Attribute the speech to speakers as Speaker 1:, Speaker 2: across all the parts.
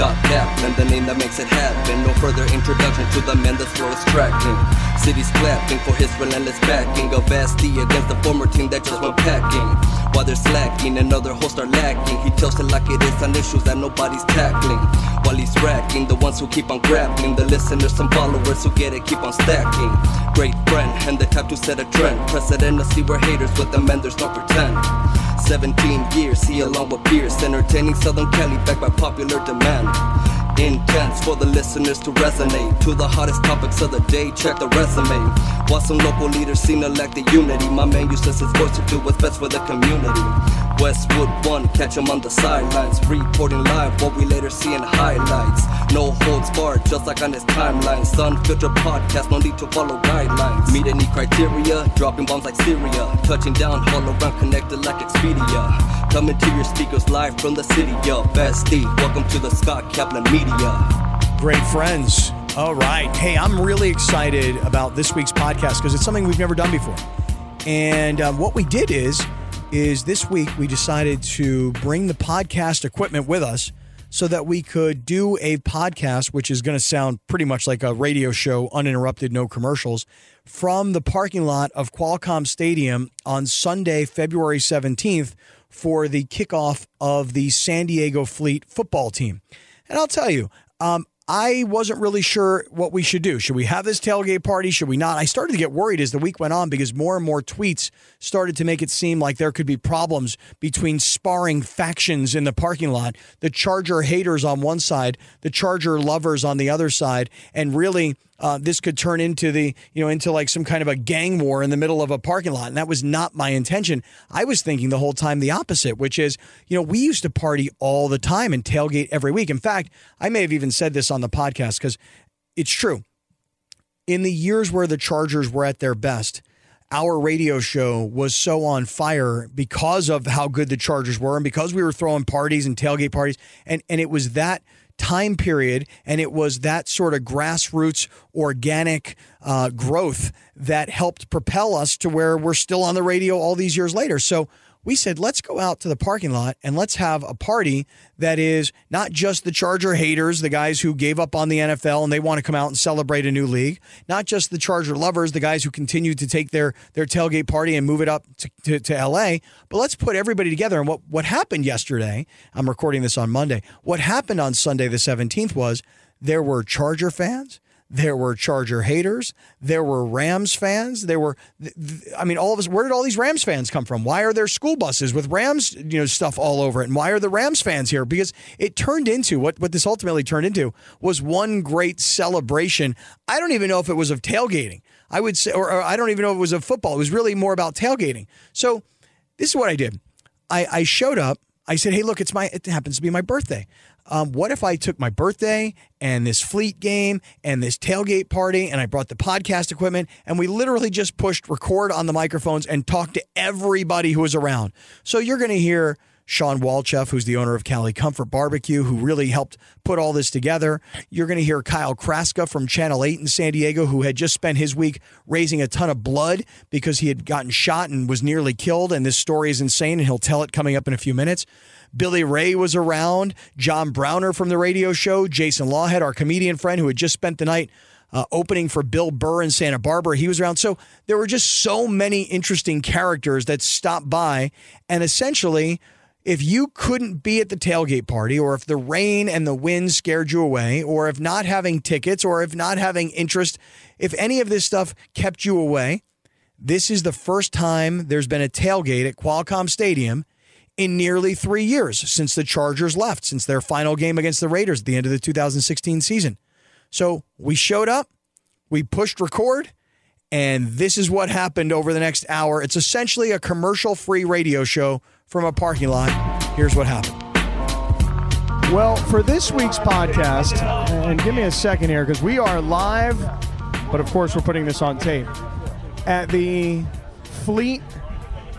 Speaker 1: Got Cap, and the name that makes it happen. No further introduction to the man that's flow's tracking. Cities clapping for his relentless backing of Basti against the former team that just went packing. While they're slacking, another host are lacking. He tells it like it is on issues that nobody's tackling. While he's racking, the ones who keep on grappling, the listeners and followers who get it keep on stacking. Great friend, and the type to set a trend. President of see where haters with the men, there's no pretend. 17 years, he along with peers, entertaining Southern Cali backed by popular demand. Intense for the listeners to resonate to the hottest topics of the day. Check the resume. While some local leaders seem to lack the unity, my man uses his voice to do what's best for the community. Westwood one, catch him on the sidelines, reporting live what we later see in highlights. No holds barred, just like on his timeline. Sun filter podcast, no need to follow guidelines. Meet any criteria, dropping bombs like Syria, touching down all around, connected like Expedia. Coming to your speakers live from the city of Bestie. Welcome to the Scott Kaplan Media.
Speaker 2: Great friends. All right. Hey, I'm really excited about this week's podcast because it's something we've never done before. And um, what we did is, is this week we decided to bring the podcast equipment with us so that we could do a podcast, which is going to sound pretty much like a radio show, uninterrupted, no commercials, from the parking lot of Qualcomm Stadium on Sunday, February 17th, for the kickoff of the San Diego Fleet football team. And I'll tell you, um, I wasn't really sure what we should do. Should we have this tailgate party? Should we not? I started to get worried as the week went on because more and more tweets started to make it seem like there could be problems between sparring factions in the parking lot, the Charger haters on one side, the Charger lovers on the other side, and really uh, this could turn into the you know into like some kind of a gang war in the middle of a parking lot and that was not my intention i was thinking the whole time the opposite which is you know we used to party all the time and tailgate every week in fact i may have even said this on the podcast because it's true in the years where the chargers were at their best our radio show was so on fire because of how good the Chargers were and because we were throwing parties and tailgate parties. And, and it was that time period and it was that sort of grassroots organic uh, growth that helped propel us to where we're still on the radio all these years later. So we said, let's go out to the parking lot and let's have a party that is not just the Charger haters, the guys who gave up on the NFL and they want to come out and celebrate a new league, not just the Charger lovers, the guys who continue to take their, their tailgate party and move it up to, to, to LA, but let's put everybody together. And what, what happened yesterday, I'm recording this on Monday, what happened on Sunday the 17th was there were Charger fans there were Charger haters, there were Rams fans, there were th- th- I mean all of us where did all these Rams fans come from? Why are there school buses with Rams you know stuff all over it? And why are the Rams fans here? Because it turned into what what this ultimately turned into was one great celebration. I don't even know if it was of tailgating. I would say or, or I don't even know if it was of football. It was really more about tailgating. So this is what I did. I, I showed up. I said, "Hey, look, it's my it happens to be my birthday um, what if I took my birthday and this fleet game and this tailgate party and I brought the podcast equipment and we literally just pushed record on the microphones and talked to everybody who was around? So you're going to hear Sean Walchef, who's the owner of Cali Comfort Barbecue, who really helped put all this together. You're going to hear Kyle Kraska from Channel 8 in San Diego, who had just spent his week raising a ton of blood because he had gotten shot and was nearly killed. And this story is insane, and he'll tell it coming up in a few minutes. Billy Ray was around, John Browner from the radio show, Jason Lawhead, our comedian friend, who had just spent the night uh, opening for Bill Burr in Santa Barbara. He was around. So there were just so many interesting characters that stopped by and essentially if you couldn't be at the tailgate party, or if the rain and the wind scared you away, or if not having tickets, or if not having interest, if any of this stuff kept you away, this is the first time there's been a tailgate at Qualcomm Stadium in nearly three years since the Chargers left, since their final game against the Raiders at the end of the 2016 season. So we showed up, we pushed record. And this is what happened over the next hour. It's essentially a commercial free radio show from a parking lot. Here's what happened. Well, for this week's podcast, and give me a second here because we are live, but of course we're putting this on tape, at the Fleet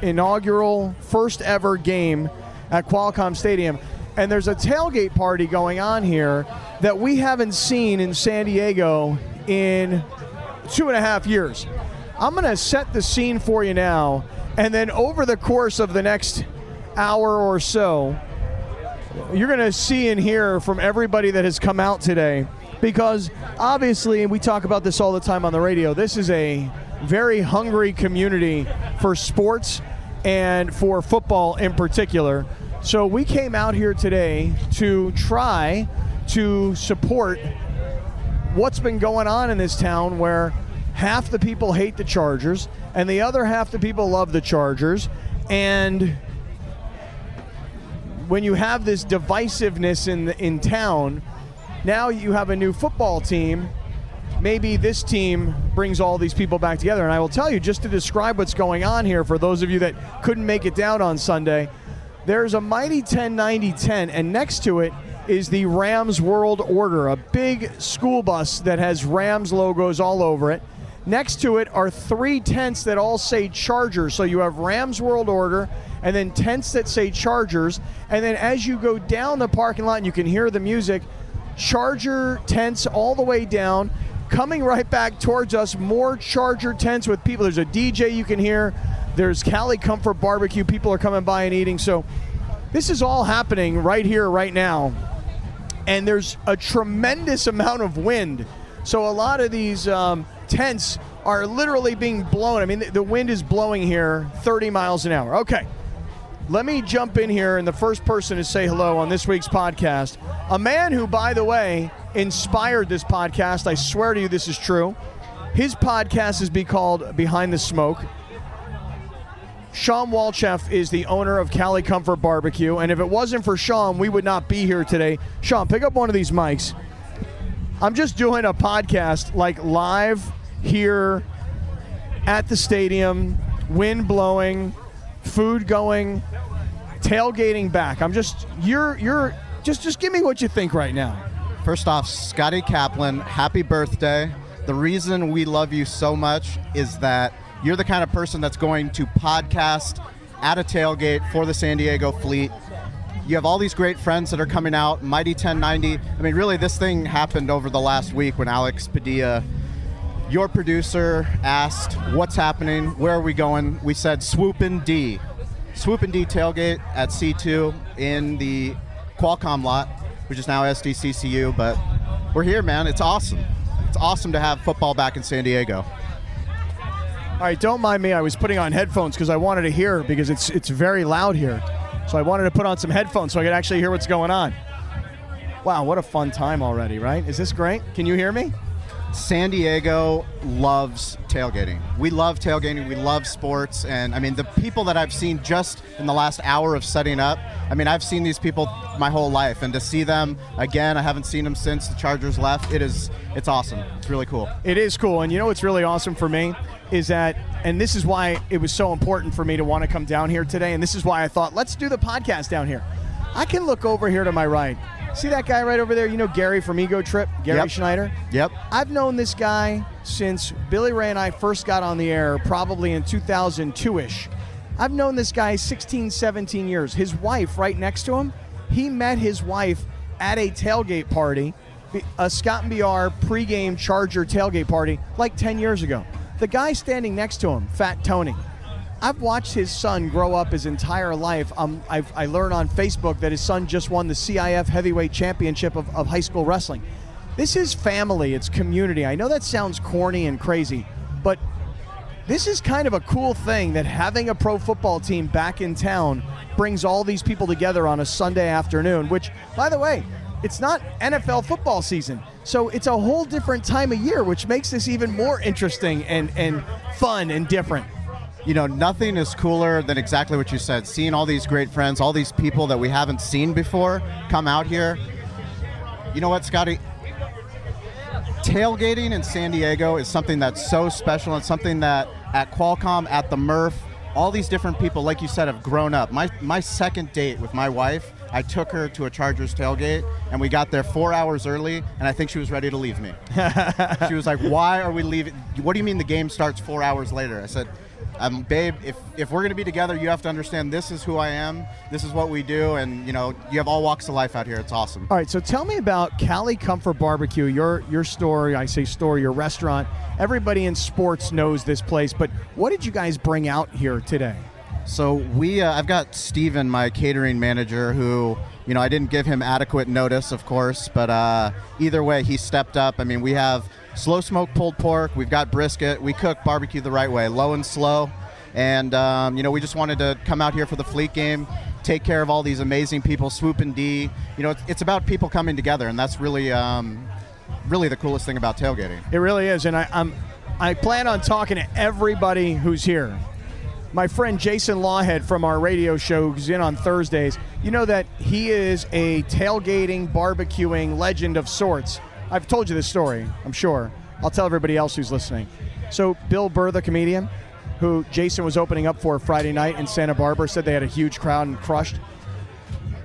Speaker 2: inaugural first ever game at Qualcomm Stadium. And there's a tailgate party going on here that we haven't seen in San Diego in two and a half years. I'm going to set the scene for you now, and then over the course of the next hour or so, you're going to see and hear from everybody that has come out today because obviously, and we talk about this all the time on the radio, this is a very hungry community for sports and for football in particular. So we came out here today to try to support what's been going on in this town where half the people hate the Chargers and the other half the people love the Chargers. And when you have this divisiveness in the, in town, now you have a new football team. Maybe this team brings all these people back together. And I will tell you, just to describe what's going on here for those of you that couldn't make it down on Sunday, there's a mighty 10 90 10, and next to it is the Rams World Order, a big school bus that has Rams logos all over it. Next to it are three tents that all say Chargers. So you have Rams World Order, and then tents that say Chargers. And then as you go down the parking lot, and you can hear the music, Charger tents all the way down. Coming right back towards us, more Charger tents with people. There's a DJ you can hear. There's Cali Comfort Barbecue. People are coming by and eating. So this is all happening right here, right now and there's a tremendous amount of wind. So a lot of these um, tents are literally being blown. I mean, the, the wind is blowing here 30 miles an hour. Okay. Let me jump in here and the first person to say hello on this week's podcast. A man who, by the way, inspired this podcast. I swear to you, this is true. His podcast is be called Behind the Smoke. Sean Walchef is the owner of Cali Comfort Barbecue, and if it wasn't for Sean, we would not be here today. Sean, pick up one of these mics. I'm just doing a podcast like live here at the stadium, wind blowing, food going, tailgating back. I'm just you're you're just just give me what you think right now.
Speaker 3: First off, Scotty Kaplan, happy birthday. The reason we love you so much is that you're the kind of person that's going to podcast at a tailgate for the San Diego fleet. You have all these great friends that are coming out, Mighty 1090. I mean, really, this thing happened over the last week when Alex Padilla, your producer, asked, What's happening? Where are we going? We said, Swoopin' D. Swoopin' D tailgate at C2 in the Qualcomm lot, which is now SDCCU, but we're here, man. It's awesome. It's awesome to have football back in San Diego.
Speaker 2: All right, don't mind me. I was putting on headphones because I wanted to hear because it's it's very loud here. So I wanted to put on some headphones so I could actually hear what's going on. Wow, what a fun time already, right? Is this great? Can you hear me?
Speaker 3: San Diego loves tailgating. We love tailgating. We love sports. And I mean, the people that I've seen just in the last hour of setting up, I mean, I've seen these people my whole life. And to see them again, I haven't seen them since the Chargers left. It is, it's awesome. It's really cool.
Speaker 2: It is cool. And you know what's really awesome for me is that, and this is why it was so important for me to want to come down here today. And this is why I thought, let's do the podcast down here. I can look over here to my right. See that guy right over there? You know Gary from Ego Trip, Gary
Speaker 3: Yep.
Speaker 2: Schneider?
Speaker 3: Yep.
Speaker 2: I've known this guy since Billy Ray and I first got on the air, probably in 2002 ish. I've known this guy 16, 17 years. His wife, right next to him, he met his wife at a tailgate party, a Scott and BR pregame Charger tailgate party, like 10 years ago. The guy standing next to him, Fat Tony, I've watched his son grow up his entire life. Um, I've, I learned on Facebook that his son just won the CIF Heavyweight Championship of, of high school wrestling. This is family, it's community. I know that sounds corny and crazy, but this is kind of a cool thing that having a pro football team back in town brings all these people together on a Sunday afternoon, which, by the way, it's not NFL football season. So it's a whole different time of year, which makes this even more interesting and, and fun and different.
Speaker 3: You know, nothing is cooler than exactly what you said. Seeing all these great friends, all these people that we haven't seen before come out here. You know what, Scotty? Tailgating in San Diego is something that's so special and something that at Qualcomm, at the Murph, all these different people, like you said, have grown up. My, my second date with my wife, I took her to a Chargers tailgate and we got there four hours early, and I think she was ready to leave me. She was like, "Why are we leaving? What do you mean the game starts four hours later?" I said, um, "Babe, if if we're gonna be together, you have to understand this is who I am. This is what we do, and you know, you have all walks of life out here. It's awesome.
Speaker 2: All right, so tell me about Cali Comfort Barbecue. Your your story, I say story, your restaurant. Everybody in sports knows this place, but what did you guys bring out here today?
Speaker 3: So we, uh, I've got Steven, my catering manager, who, you know, I didn't give him adequate notice, of course, but uh, either way, he stepped up. I mean, we have slow smoke pulled pork, we've got brisket, we cook barbecue the right way, low and slow. And, um, you know, we just wanted to come out here for the fleet game, take care of all these amazing people, Swoop and D. You know, it's, it's about people coming together, and that's really, um, really the coolest thing about tailgating.
Speaker 2: It really is, and I, I'm I plan on talking to everybody who's here. My friend Jason Lawhead from our radio show, who's in on Thursdays, you know that he is a tailgating, barbecuing legend of sorts. I've told you this story, I'm sure. I'll tell everybody else who's listening. So, Bill Burr, the comedian, who Jason was opening up for Friday night in Santa Barbara, said they had a huge crowd and crushed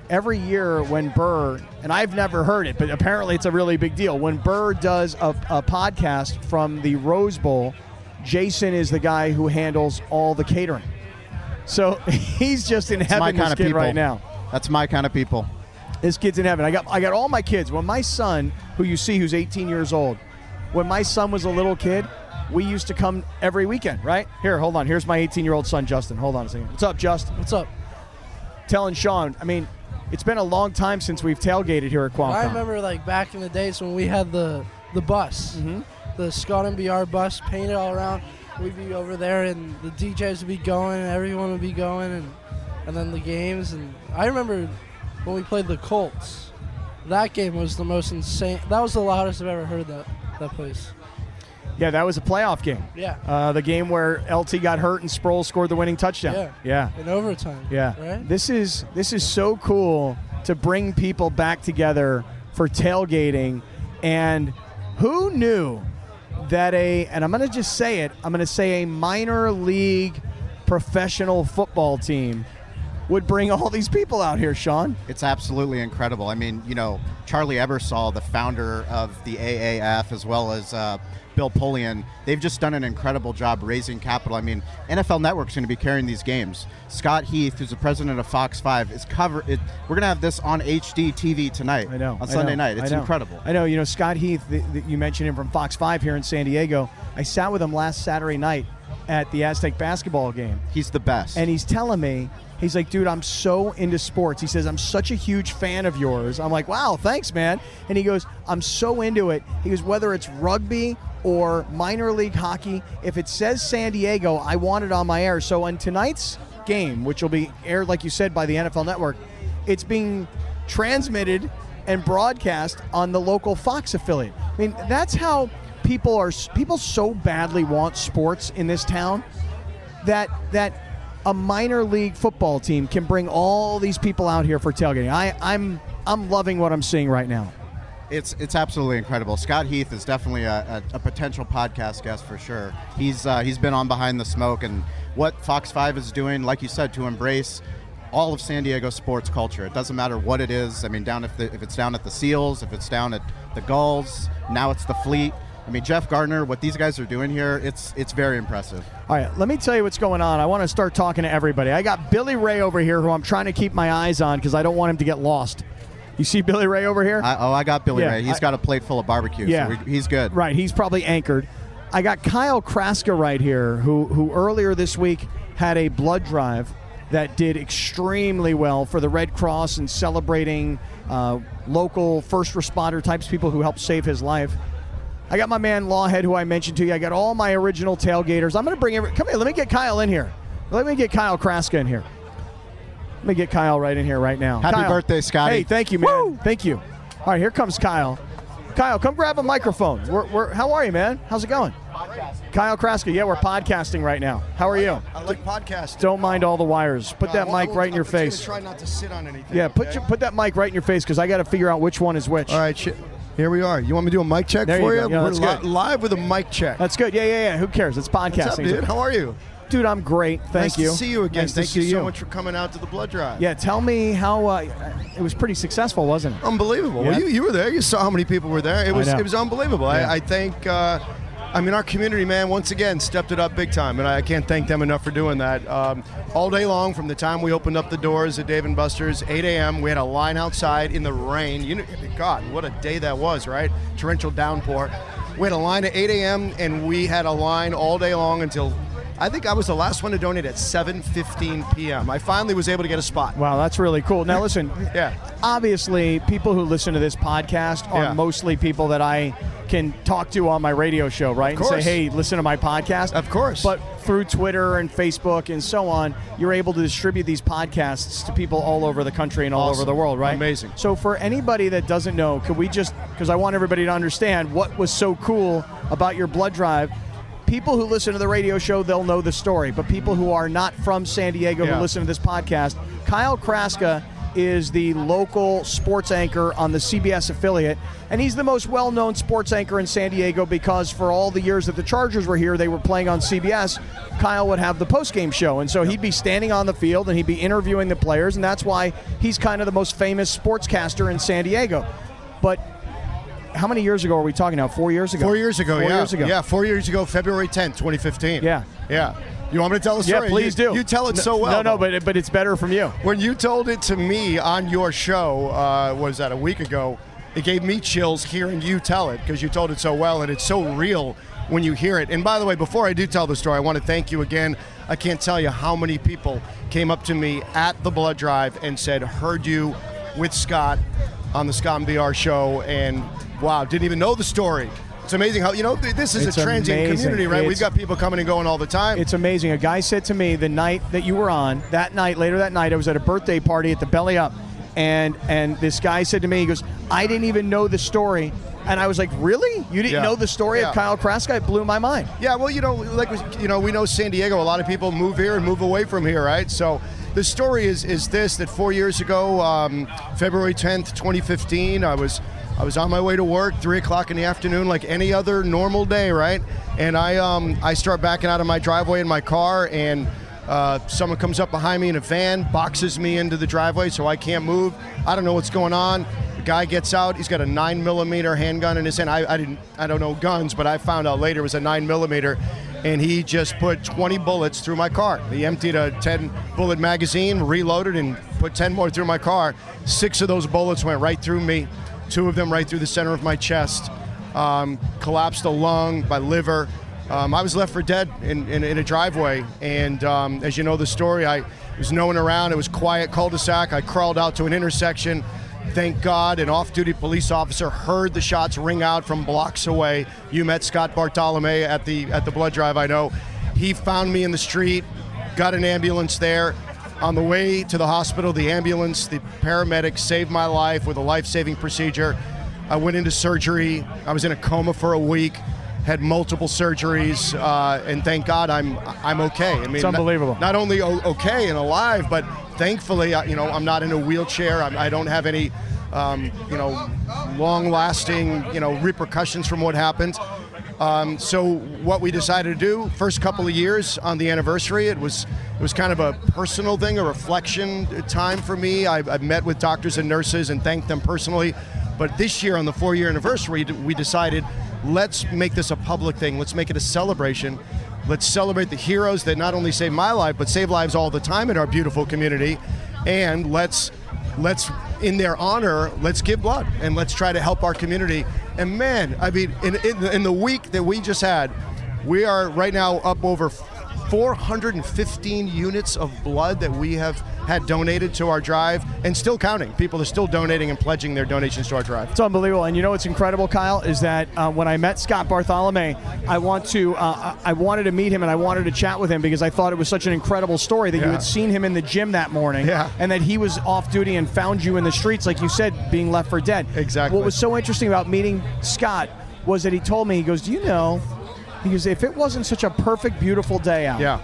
Speaker 2: every year when Burr, and I've never heard it, but apparently it's a really big deal. When Burr does a, a podcast from the Rose Bowl, Jason is the guy who handles all the catering. So he's just in
Speaker 3: It's
Speaker 2: heaven.
Speaker 3: my
Speaker 2: this
Speaker 3: kind of
Speaker 2: kid
Speaker 3: people
Speaker 2: right now.
Speaker 3: That's my kind of people.
Speaker 2: This kid's in heaven. I got I got all my kids. When my son, who you see who's 18 years old, when my son was a little kid, we used to come every weekend, right? Here, hold on. Here's my 18 year old son, Justin. Hold on a second. What's up, Justin?
Speaker 4: What's up?
Speaker 2: Telling Sean, I mean, it's been a long time since we've tailgated here at Qualcomm.
Speaker 4: I remember like back in the days when we had the the bus,
Speaker 2: Mm-hmm.
Speaker 4: the Scott MBR bus painted all around. We'd be over there and the DJs would be going, everyone would be going, and and then the games. And I remember when we played the Colts. That game was the most insane. That was the loudest I've ever heard that that place.
Speaker 2: Yeah, that was a playoff game.
Speaker 4: Yeah.
Speaker 2: Uh, the game where LT got hurt and Sproles scored the winning touchdown.
Speaker 4: Yeah.
Speaker 2: Yeah.
Speaker 4: In overtime.
Speaker 2: Yeah.
Speaker 4: Right.
Speaker 2: This is this is so cool to bring people back together for tailgating and who knew that a and I'm going to just say it, I'm going to say a minor league professional football team would bring all these people out here, Sean.
Speaker 3: It's absolutely incredible. I mean, you know, Charlie Ebersol, the founder of the AAF, as well as uh, Bill Polian, they've just done an incredible job raising capital. I mean, NFL Network's going to be carrying these games. Scott Heath, who's the president of Fox Five, is cover. It, we're going to have this on HD TV tonight.
Speaker 2: I know.
Speaker 3: on
Speaker 2: I
Speaker 3: Sunday
Speaker 2: know,
Speaker 3: night. It's
Speaker 2: I know.
Speaker 3: incredible.
Speaker 2: I know. You know, Scott Heath, th th- you mentioned him from Fox 5 here in San Diego. I sat with him last Saturday night at the Aztec basketball game,
Speaker 3: He's the best.
Speaker 2: and he's telling me, he's like, dude, I'm so into sports. He says, I'm such a huge fan of yours. I'm like, wow, thanks, man. And he goes, I'm so into it. He goes, whether it's rugby or minor league hockey, if it says San Diego, I want it on my air. So on tonight's game, which will be aired, like you said, by the NFL network, it's being transmitted and broadcast on the local Fox affiliate. I mean, that's how people are. People so badly want sports in this town that that a minor league football team can bring all these people out here for tailgating. I, I'm I'm loving what I'm seeing right now.
Speaker 3: It's it's absolutely incredible. Scott Heath is definitely a, a, a potential podcast guest for sure. He's uh, he's been on Behind the Smoke and what Fox Five is doing, like you said, to embrace all of San Diego sports culture. It doesn't matter what it is. I mean, down if the, if it's down at the Seals, if it's down at the Gulls, now it's the Fleet. I mean, Jeff Gardner, what these guys are doing here, it's it's very impressive.
Speaker 2: All right, let me tell you what's going on. I want to start talking to everybody. I got Billy Ray over here, who I'm trying to keep my eyes on because I don't want him to get lost. You see Billy Ray over here?
Speaker 3: I, oh, I got Billy
Speaker 2: Yeah,
Speaker 3: Ray. He's
Speaker 2: I-
Speaker 3: got a plate full of barbecue. so
Speaker 2: Yeah.
Speaker 3: we- he's good.
Speaker 2: Right, he's probably anchored. I got Kyle Kraska right here, who who earlier this week had a blood drive that did extremely well for the Red Cross and celebrating uh, local first responder types people who helped save his life. I got my man Lawhead, who I mentioned to you. I got all my original tailgaters. I'm going to bring every. Come here, let me get Kyle in here. Let me get Kyle Kraska in here. Let me get Kyle right in here right now.
Speaker 3: Happy
Speaker 2: Kyle.
Speaker 3: birthday, Scotty.
Speaker 2: Hey, thank you, man. Thank you. All right, here comes Kyle. Kyle, come grab a microphone. We're, we're, how are you, man? How's it going? Kyle Kraska. Yeah, we're podcasting right now. How are you?
Speaker 5: I like podcasting.
Speaker 2: Don't mind all the wires. Put that
Speaker 5: I won't-
Speaker 2: mic right in your
Speaker 5: I'm just gonna
Speaker 2: face.
Speaker 5: Try not to sit on anything.
Speaker 2: Yeah, put
Speaker 5: okay?
Speaker 2: your, put that mic right in your face because I got to figure out which one is which.
Speaker 5: All right, shit. Here we are. You want me to do a mic check
Speaker 2: There you
Speaker 5: for
Speaker 2: go.
Speaker 5: you?
Speaker 2: Yeah,
Speaker 5: We're
Speaker 2: that's good.
Speaker 5: live with a mic check.
Speaker 2: That's good. Yeah, yeah, yeah. Who cares? It's
Speaker 5: What's up,
Speaker 2: podcasting.
Speaker 5: dude? How are you?
Speaker 2: Dude, I'm great. Thank
Speaker 5: nice
Speaker 2: you.
Speaker 5: to see you again.
Speaker 2: Nice to
Speaker 5: Thank
Speaker 2: see
Speaker 5: you so much for coming out to the blood drive.
Speaker 2: Yeah, tell me how uh, it was pretty successful, wasn't it?
Speaker 5: Unbelievable.
Speaker 2: Yeah.
Speaker 5: Well, you, you were there. You saw how many people were there. It was
Speaker 2: know.
Speaker 5: it was unbelievable.
Speaker 2: Yeah.
Speaker 5: I, I think. Uh, I mean, our community, man, once again stepped it up big time, and I can't thank them enough for doing that. Um, all day long, from the time we opened up the doors at Dave and Buster's, 8 a.m., we had a line outside in the rain. You know, God, what a day that was, right? Torrential downpour. We had a line at 8 a.m., and we had a line all day long until I think I was the last one to donate at 7:15 p.m. I finally was able to get a spot.
Speaker 2: Wow, that's really cool. Now, listen,
Speaker 5: Yeah.
Speaker 2: obviously, people who listen to this podcast are
Speaker 5: Yeah.
Speaker 2: mostly people that I can talk to on my radio show, right?
Speaker 5: Of
Speaker 2: And
Speaker 5: course.
Speaker 2: say, hey, listen to my podcast.
Speaker 5: Of course.
Speaker 2: But through Twitter and Facebook and so on, you're able to distribute these podcasts to people all over the country and all
Speaker 5: Awesome.
Speaker 2: over the world, right?
Speaker 5: Amazing.
Speaker 2: So, for anybody that doesn't know, could we just, because I want everybody to understand what was so cool about your blood drive. People who listen to the radio show, they'll know the story. But people who are not from San Diego
Speaker 5: Yeah.
Speaker 2: who listen to this podcast, Kyle Kraska is the local sports anchor on the CBS affiliate. And he's the most well known sports anchor in San Diego because for all the years that the Chargers were here, they were playing on CBS. Kyle would have the postgame show. And so he'd be standing on the field and he'd be interviewing the players. And that's why he's kind of the most famous sportscaster in San Diego. But how many years ago are we talking now? Four years ago?
Speaker 5: Four years ago,
Speaker 2: Four
Speaker 5: yeah.
Speaker 2: years ago.
Speaker 5: Yeah, four years ago, February 10th, 2015.
Speaker 2: Yeah.
Speaker 5: Yeah. You want me to tell the
Speaker 2: Yeah,
Speaker 5: story?
Speaker 2: please
Speaker 5: You-
Speaker 2: do.
Speaker 5: You tell it
Speaker 2: No-
Speaker 5: so well.
Speaker 2: No, no, but but it's better from you.
Speaker 5: when you told it to me on your show, uh, was that a week ago? It gave me chills hearing you tell it because you told it so well and it's so real when you hear it. And by the way, before I do tell the story, I want to thank you again. I can't tell you how many people came up to me at the blood drive and said, "Heard you with Scott on the Scott and BR show," and wow, didn't even know the story. It's amazing how you know th- this is
Speaker 2: It's
Speaker 5: a transient
Speaker 2: amazing.
Speaker 5: community, right? We've
Speaker 2: It's-
Speaker 5: got people coming and going all the time.
Speaker 2: It's amazing. A guy said to me the night that you were on, that night, later that night, I was at a birthday party at the Belly Up, and and this guy said to me, he goes, I didn't even know the story. And I was like, really? You didn't
Speaker 5: Yeah.
Speaker 2: know the story
Speaker 5: Yeah.
Speaker 2: of Kyle Kraska? It blew my mind.
Speaker 5: Yeah, well, you know, like you know, we know San Diego. A lot of people move here and move away from here, right? So the story is is this: that four years ago, um, February tenth, twenty fifteen, I was I was on my way to work, three o'clock in the afternoon, like any other normal day, right? And I um, I start backing out of my driveway in my car, and uh, someone comes up behind me in a van, boxes me into the driveway, so I can't move. I don't know what's going on. The guy gets out. He's got a nine millimeter handgun in his hand. I, I didn't. I don't know guns, but I found out later it was a nine millimeter, and he just put 20 bullets through my car. He emptied a 10 bullet magazine, reloaded, and put 10 more through my car. Six of those bullets went right through me. Two of them right through the center of my chest. Um, collapsed a lung, my liver. Um, I was left for dead in, in, in a driveway, and um, as you know the story, I was no one around. It was quiet cul-de-sac. I crawled out to an intersection. Thank God, an off duty police officer heard the shots ring out from blocks away. You met Scott Bartolome at the, at the blood drive, I know. He found me in the street, got an ambulance there. On the way to the hospital, the ambulance, the paramedic saved my life with a life saving procedure. I went into surgery. I was in a coma for a week, had multiple surgeries, uh, and thank God I'm, I'm okay. I mean,
Speaker 2: It's unbelievable.
Speaker 5: Not, not only o- okay and alive, but thankfully, I- you know, I'm not in a wheelchair. I'm, I don't have any, um, you know, long-lasting, you know, repercussions from what happened. Um, so what we decided to do, first couple of years on the anniversary, it was it was kind of a personal thing, a reflection time for me. I, I met with doctors and nurses and thanked them personally. But this year, on the four-year anniversary, we decided let's make this a public thing. Let's make it a celebration. Let's celebrate the heroes that not only save my life but save lives all the time in our beautiful community, and let's let's in their honor let's give blood and let's try to help our community. And man, I mean, in in the, in the week that we just had, we are right now up over 415 units of blood that we have had donated to our drive, and still counting. People are still donating and pledging their donations to our drive.
Speaker 2: It's unbelievable. And you know what's incredible, Kyle, is that uh, when I met Scott Bartholomew, I want to, uh, I I wanted to meet him and I wanted to chat with him because I thought it was such an incredible story that you
Speaker 5: Yeah.
Speaker 2: had seen him in the gym that morning,
Speaker 5: Yeah.
Speaker 2: and that he was off duty and found you in the streets, like you said, being left for dead.
Speaker 5: Exactly.
Speaker 2: What was so interesting about meeting Scott was that he told me, he goes, "Do you know?" He goes, "If it wasn't such a perfect, beautiful day out,
Speaker 5: Yeah.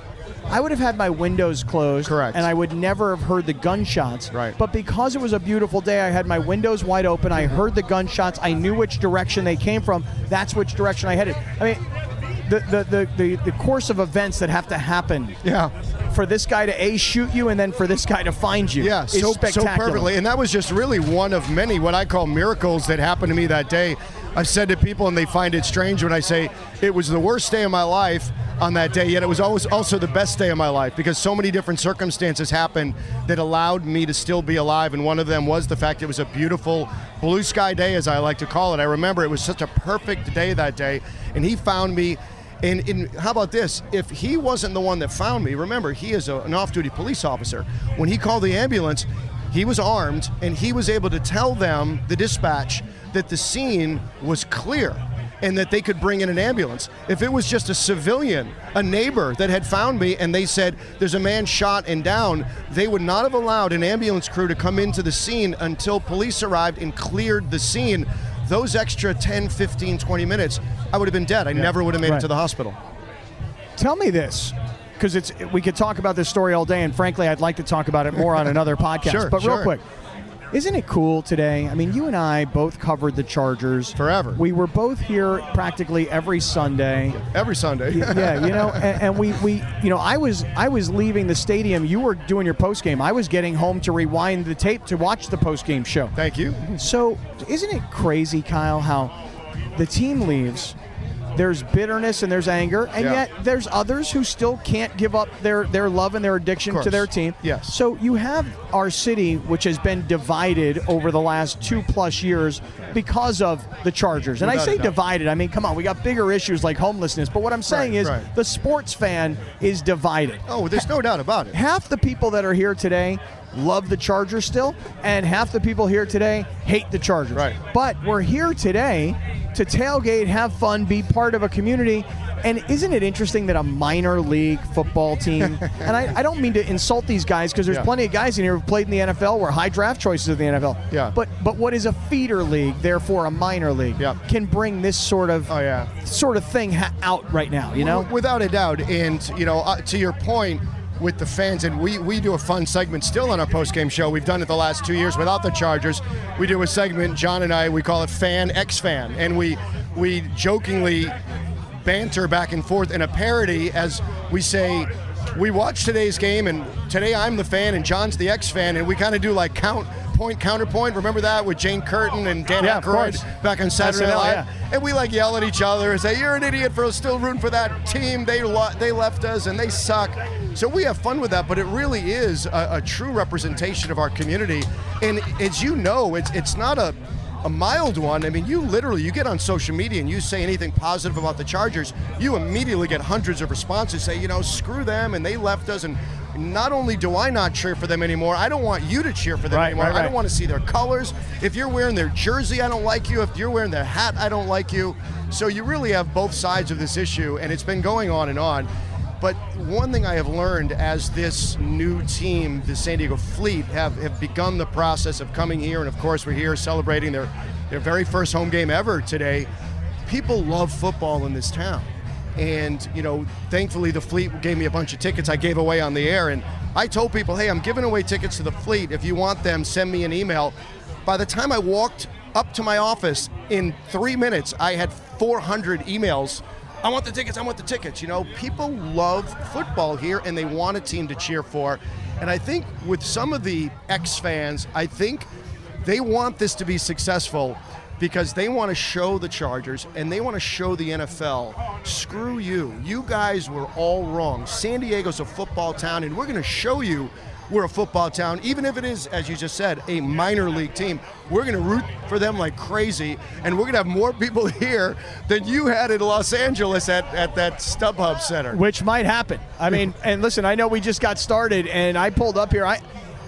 Speaker 2: I would have had my windows closed,
Speaker 5: Correct.
Speaker 2: and I would never have heard the gunshots.
Speaker 5: Right.
Speaker 2: But because it was a beautiful day, I had my windows wide open. I heard the gunshots. I knew which direction they came from. That's which direction I headed. I mean, the the the, the, the course of events that have to happen
Speaker 5: Yeah.
Speaker 2: for this guy to a shoot you and then for this guy to find you.
Speaker 5: Yeah,
Speaker 2: is
Speaker 5: so, so
Speaker 2: spectacular.
Speaker 5: perfectly. And that was just really one of many what I call miracles that happened to me that day. I've said to people, and they find it strange when I say it was the worst day of my life on that day, yet it was always also the best day of my life because so many different circumstances happened that allowed me to still be alive. And one of them was the fact it was a beautiful blue sky day, as I like to call it. I remember it was such a perfect day that day, and he found me And, and how about this? If he wasn't the one that found me, remember, he is a, an off duty police officer. When he called the ambulance, he was armed and he was able to tell them, the dispatch, that the scene was clear and that they could bring in an ambulance. If it was just a civilian, a neighbor that had found me and they said, there's a man shot and down, they would not have allowed an ambulance crew to come into the scene until police arrived and cleared the scene. Those extra 10, 15, 20 minutes, I would have been dead. I never would have made
Speaker 2: Right.
Speaker 5: it to the hospital.
Speaker 2: Tell me this, because it's we could talk about this story all day, and frankly, I'd like to talk about it more on another podcast.
Speaker 5: Sure,
Speaker 2: but real
Speaker 5: sure.
Speaker 2: quick, isn't it cool today? I mean, you and I both covered the Chargers
Speaker 5: Forever.
Speaker 2: We were both here practically every Sunday.
Speaker 5: Every Sunday.
Speaker 2: yeah, you know, and, and we, we you know I was I was leaving the stadium. You were doing your post game. I was getting home to rewind the tape to watch the post game show.
Speaker 5: Thank you.
Speaker 2: So, isn't it crazy, Kyle, how the team leaves? There's bitterness and there's anger, and
Speaker 5: Yeah.
Speaker 2: yet there's others who still can't give up their, their love and their addiction to
Speaker 5: course.
Speaker 2: their team.
Speaker 5: Yes.
Speaker 2: So you have our city, which has been divided over the last two plus years because of the Chargers. And I
Speaker 5: Without a
Speaker 2: say
Speaker 5: doubt.
Speaker 2: divided, I mean, come on, we got bigger issues like homelessness. But what I'm saying
Speaker 5: Right,
Speaker 2: is
Speaker 5: right.
Speaker 2: the sports fan is divided
Speaker 5: Oh, there's no doubt about it.
Speaker 2: half the people that are here today love the Chargers still, and half the people here today hate the Chargers.
Speaker 5: Right.
Speaker 2: But we're here today to tailgate, have fun, be part of a community. And isn't it interesting that a minor league football team, and I, I don't mean to insult these guys because there's
Speaker 5: Yeah.
Speaker 2: plenty of guys in here who've played in the NFL, were high draft choices in the NFL.
Speaker 5: Yeah.
Speaker 2: But but what is a feeder league, therefore a minor league,
Speaker 5: Yeah.
Speaker 2: can bring this sort of
Speaker 5: Oh, yeah.
Speaker 2: sort of thing ha- out right now. You know,
Speaker 5: W- without a doubt. And you know, uh, to your point with the fans, and we we do a fun segment still on our post game show. We've done it the last two years without the Chargers. We do a segment, John and I, we call it Fan X Fan, and we we jokingly banter back and forth in a parody as we say. We watch today's game, and today I'm the fan, and John's the X fan, and we kind of do like count, point, counterpoint. Remember that with Jane Curtin and Dan
Speaker 2: Yeah, of
Speaker 5: Aykroyd
Speaker 2: course.
Speaker 5: back on Saturday Night
Speaker 2: SNL,
Speaker 5: Live?
Speaker 2: yeah.
Speaker 5: and we like yell at each other and say, "You're an idiot for still rooting for that team. They lo- they left us and they suck." So we have fun with that, but it really is a, a true representation of our community. And as you know, it's it's not a a mild one. I mean, you literally you get on social media and you say anything positive about the Chargers, you immediately get hundreds of responses say, you know, screw them and they left us and not only do I not cheer for them anymore, I don't want you to cheer for them
Speaker 2: Right,
Speaker 5: anymore.
Speaker 2: right,
Speaker 5: I
Speaker 2: right.
Speaker 5: don't want to see their colors. If you're wearing their jersey, I don't like you. If you're wearing their hat, I don't like you. So you really have both sides of this issue, and it's been going on and on. But one thing I have learned as this new team, the San Diego Fleet, have, have begun the process of coming here, and of course we're here celebrating their, their very first home game ever today. People love football in this town and you know thankfully the fleet gave me a bunch of tickets i gave away on the air and i told people hey i'm giving away tickets to the fleet if you want them send me an email by the time i walked up to my office in three minutes i had 400 emails i want the tickets i want the tickets you know people love football here and they want a team to cheer for and i think with some of the x fans i think they want this to be successful because they want to show the Chargers and they want to show the NFL, screw you. You guys were all wrong. San Diego's a football town, and we're going to show you we're a football town, even if it is, as you just said, a minor league team. We're going to root for them like crazy, and we're going to have more people here than you had in Los Angeles at, at that StubHub Center.
Speaker 2: which might happen. I mean, and listen, I know we just got started, and I pulled up here. I,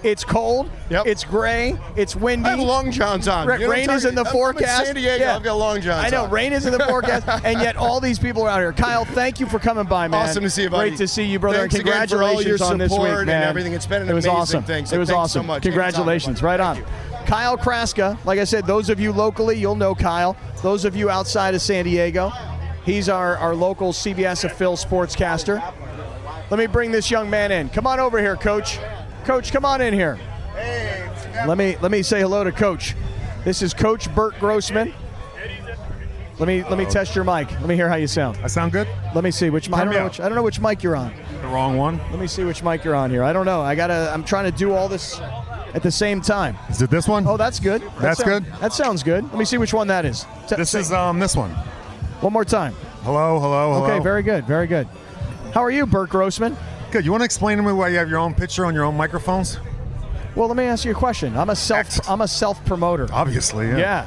Speaker 2: it's cold.
Speaker 5: Yep.
Speaker 2: It's gray. It's windy.
Speaker 5: I have long johns on.
Speaker 2: Ra-
Speaker 5: You know what I'm
Speaker 2: rain is
Speaker 5: talking-
Speaker 2: in the
Speaker 5: I'm- I'm
Speaker 2: forecast.
Speaker 5: San Diego,
Speaker 2: Yeah.
Speaker 5: I've got long johns.
Speaker 2: I know
Speaker 5: on.
Speaker 2: rain is in the forecast, and yet all these people are out here. Kyle, thank you for coming by, man.
Speaker 5: Awesome to see you, buddy.
Speaker 2: Great to see you, brother.
Speaker 5: Thanks
Speaker 2: and
Speaker 5: again for all
Speaker 2: congratulations
Speaker 5: your
Speaker 2: on this
Speaker 5: support
Speaker 2: week,
Speaker 5: and
Speaker 2: man.
Speaker 5: everything. It's been an
Speaker 2: it was
Speaker 5: amazing
Speaker 2: awesome.
Speaker 5: thing, so
Speaker 2: it was
Speaker 5: thanks so
Speaker 2: awesome.
Speaker 5: much.
Speaker 2: Congratulations.
Speaker 5: Anytime,
Speaker 2: Right
Speaker 5: buddy.
Speaker 2: on.
Speaker 5: Thank
Speaker 2: Kyle Kraska. Like I said, those of you locally, you'll know Kyle. Those of you outside of San Diego, he's our, our local CBS of Phil sportscaster. Let me bring this young man in. Come on over here, coach. Coach, come on in here. Let me let me say hello to coach. This is Coach Burt Grossman. Let me let me test your mic. Let me hear how you sound.
Speaker 6: I sound good?
Speaker 2: Let me see which mic. I don't
Speaker 6: me
Speaker 2: know
Speaker 6: out.
Speaker 2: which, I don't know which mic you're on.
Speaker 6: The wrong one?
Speaker 2: Let me see which mic you're on here. I don't know. I gotta. I'm trying to do all this at the same time.
Speaker 6: Is it this one?
Speaker 2: Oh, that's good. That
Speaker 6: That's
Speaker 2: sound-
Speaker 6: good?
Speaker 2: That sounds good. Let me see which one that is. T-
Speaker 6: this
Speaker 2: say-
Speaker 6: is um this one.
Speaker 2: one more time.
Speaker 6: Hello, hello, hello.
Speaker 2: Okay, very good, very good. How are you, Burt Grossman?
Speaker 6: good. You want to explain to me why you have your own picture on your own microphones?
Speaker 2: Well, let me ask you a question. I'm a self. I'm a self promoter.
Speaker 6: Obviously, Oh, yeah.
Speaker 2: Yeah.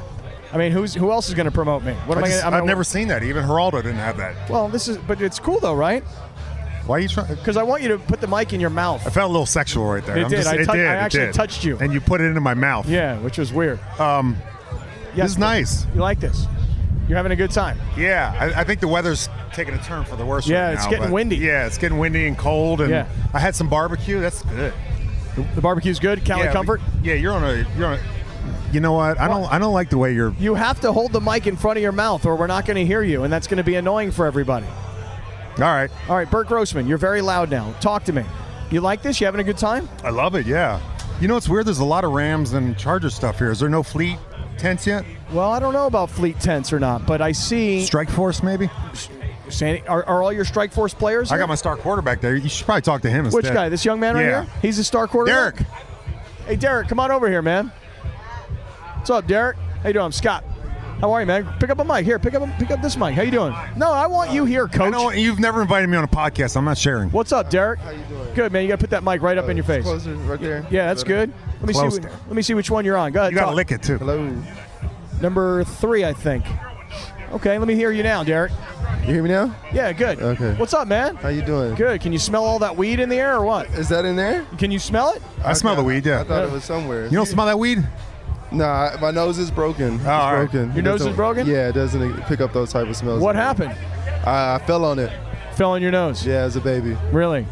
Speaker 2: I mean, who's who else is going to promote me? What
Speaker 6: I
Speaker 2: am I?
Speaker 6: just,
Speaker 2: gonna, I'm
Speaker 6: I've
Speaker 2: gonna-
Speaker 6: never seen that. Even Geraldo didn't have that.
Speaker 2: Well, this is, but it's cool though, right?
Speaker 6: Why are you trying?
Speaker 2: Because I want you to put the mic in your mouth.
Speaker 6: I felt a little sexual right there.
Speaker 2: It
Speaker 6: I'm
Speaker 2: did.
Speaker 6: Just,
Speaker 2: I
Speaker 6: it
Speaker 2: tou-
Speaker 6: did.
Speaker 2: I
Speaker 6: it
Speaker 2: actually
Speaker 6: did.
Speaker 2: touched you.
Speaker 6: and you put it into my mouth.
Speaker 2: Yeah, which was weird.
Speaker 6: Um,
Speaker 2: Yes,
Speaker 6: this is nice.
Speaker 2: You like this? You're having a good time.
Speaker 6: Yeah, I, I think the weather's taking a turn for the worse.
Speaker 2: Yeah,
Speaker 6: right
Speaker 2: it's
Speaker 6: now,
Speaker 2: getting
Speaker 6: but-
Speaker 2: windy.
Speaker 6: Yeah, it's getting windy and cold. And
Speaker 2: Yeah.
Speaker 6: I had some barbecue. That's good.
Speaker 2: The barbecue's good. Cali
Speaker 6: yeah, but-
Speaker 2: Comfort.
Speaker 6: Yeah, you're on a. You're on a. You know what? I don't. I don't like the way you're.
Speaker 2: You have to hold the mic in front of your mouth, or we're not going to hear you, and that's going to be annoying for everybody.
Speaker 6: All right.
Speaker 2: All right, Bert Grossman, you're very loud now. Talk to me. You like this? You having a good time?
Speaker 6: I love it. Yeah. You know what's weird? There's a lot of Rams and Charger stuff here. Is there no fleet tents yet?
Speaker 2: Well, I don't know about fleet tents or not, but I see.
Speaker 6: Strike Force maybe?
Speaker 2: Sandy, are, are all your Strike Force players?
Speaker 6: I
Speaker 2: here?
Speaker 6: got my star quarterback there. You should probably talk to him instead.
Speaker 2: Which guy? This young man right
Speaker 6: Yeah.
Speaker 2: here? He's a star quarterback.
Speaker 6: Derek.
Speaker 2: Hey, Derek, come on over here, man. What's up, Derek? How you doing? I'm Scott. How are you, man? Pick up a mic. Here, pick up, a, pick up this mic. How you doing? No, I want you here,
Speaker 6: I
Speaker 2: coach.
Speaker 6: know you've never invited me on a podcast. I'm not sharing.
Speaker 2: What's up, Derek? How you doing? Good, man. You got to put that mic right up in your face.
Speaker 7: Uh, Closer, right there.
Speaker 2: Yeah, that's good. Let me
Speaker 6: Close
Speaker 2: see. wh-
Speaker 6: there.
Speaker 2: Let me see which one you're on. Go ahead.
Speaker 6: You got to
Speaker 2: talk.
Speaker 6: lick it too.
Speaker 7: Hello. You
Speaker 2: Number three, I think. Okay, let me hear you now, Derek.
Speaker 7: hear me now?
Speaker 2: Yeah, good.
Speaker 7: Okay.
Speaker 2: What's up, man?
Speaker 7: How you doing?
Speaker 2: Good. Can you smell all that weed in the air or what?
Speaker 7: Is that in there?
Speaker 2: Can you smell it?
Speaker 6: I smell the weed.
Speaker 7: I
Speaker 6: Yeah.
Speaker 7: thought it was somewhere.
Speaker 6: You don't smell that weed? Oh,
Speaker 7: Nah, my nose is broken. it's
Speaker 6: all right.
Speaker 7: broken.
Speaker 2: Your nose is
Speaker 7: It doesn't-
Speaker 2: broken?
Speaker 7: Yeah, it doesn't e- pick up those type of smells.
Speaker 2: What happened?
Speaker 7: I, I fell on it.
Speaker 2: Fell on your nose.
Speaker 7: Yeah, as a baby.
Speaker 2: Really?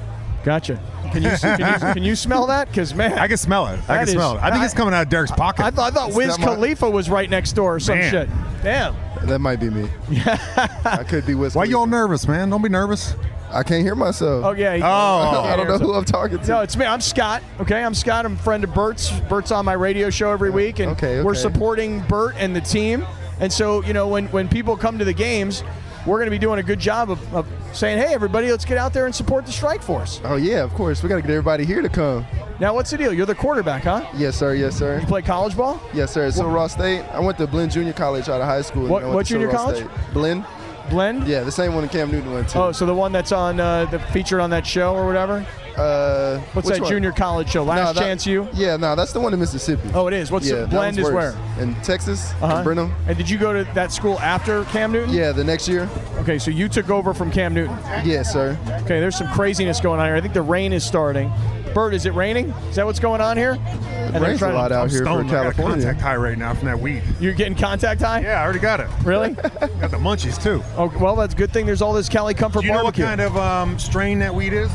Speaker 2: Gotcha. Can you can you, can you smell that? Because man,
Speaker 6: I can smell it. I
Speaker 2: That
Speaker 6: can
Speaker 2: is-
Speaker 6: smell it. I think
Speaker 2: I-
Speaker 6: it's coming out of Derek's pocket.
Speaker 2: I thought I thought Wiz
Speaker 7: not my-
Speaker 2: Khalifa was right next door or some
Speaker 6: Man.
Speaker 2: shit. Damn.
Speaker 7: That might be me. I could be whispering.
Speaker 6: Why you all nervous, man? Don't be nervous.
Speaker 7: I can't hear myself.
Speaker 2: Oh yeah. he-
Speaker 6: Oh.
Speaker 7: I don't know who I'm talking to.
Speaker 2: No, it's me. I'm Scott. Okay, I'm Scott. I'm a friend of Bert's. Bert's on my radio show every week, and
Speaker 7: okay,
Speaker 2: we're
Speaker 7: okay.
Speaker 2: supporting Bert and the team. And so, you know, when when people come to the games, we're going to be doing a good job of, of saying, "Hey, everybody, let's get out there and support the Strike Force."
Speaker 7: oh yeah, of course. We gotta get everybody here to come.
Speaker 2: Now, what's the deal? You're the quarterback, huh?
Speaker 7: Yes, sir. Yes, sir.
Speaker 2: You play college ball?
Speaker 7: Yes, sir. So Ross State. I went to Blinn Junior College out of high school. and
Speaker 2: What-
Speaker 7: then I went
Speaker 2: what
Speaker 7: to
Speaker 2: junior
Speaker 7: Ross
Speaker 2: college?
Speaker 7: State. Blinn.
Speaker 2: Blend?
Speaker 7: Yeah, the same one that Cam Newton went to.
Speaker 2: Oh, so the one that's on uh, the featured on that show or whatever?
Speaker 7: uh,
Speaker 2: What's
Speaker 7: which
Speaker 2: that
Speaker 7: one?
Speaker 2: junior college show?
Speaker 7: Nah,
Speaker 2: Last
Speaker 7: that-
Speaker 2: Chance You?
Speaker 7: Yeah, no, that's the one in Mississippi.
Speaker 2: Oh, it is. What's
Speaker 7: yeah,
Speaker 2: the
Speaker 7: that
Speaker 2: blend
Speaker 7: one's
Speaker 2: is
Speaker 7: worse.
Speaker 2: where?
Speaker 7: In Texas, in
Speaker 2: Uh-huh.
Speaker 7: Brenham.
Speaker 2: And did you go to that school after Cam Newton?
Speaker 7: Yeah, the next year.
Speaker 2: Okay, so you took over from Cam Newton.
Speaker 7: Yes, sir.
Speaker 2: Okay, there's some craziness going on here. I think the rain is starting. Bert, is it raining? Is that what's going on here? And they're
Speaker 7: Rains a
Speaker 2: trying to-
Speaker 7: lot out
Speaker 6: I'm
Speaker 7: here for
Speaker 6: stoned. I got a
Speaker 7: California.
Speaker 6: contact high right now from that weed.
Speaker 2: You're getting contact high?
Speaker 6: Yeah, I already got it.
Speaker 2: Really?
Speaker 6: Got the munchies too.
Speaker 2: okay, Oh, well, that's a good thing. There's all this Cali Comfort
Speaker 6: Do you know what
Speaker 2: barbecue.
Speaker 6: kind of um, strain that weed is?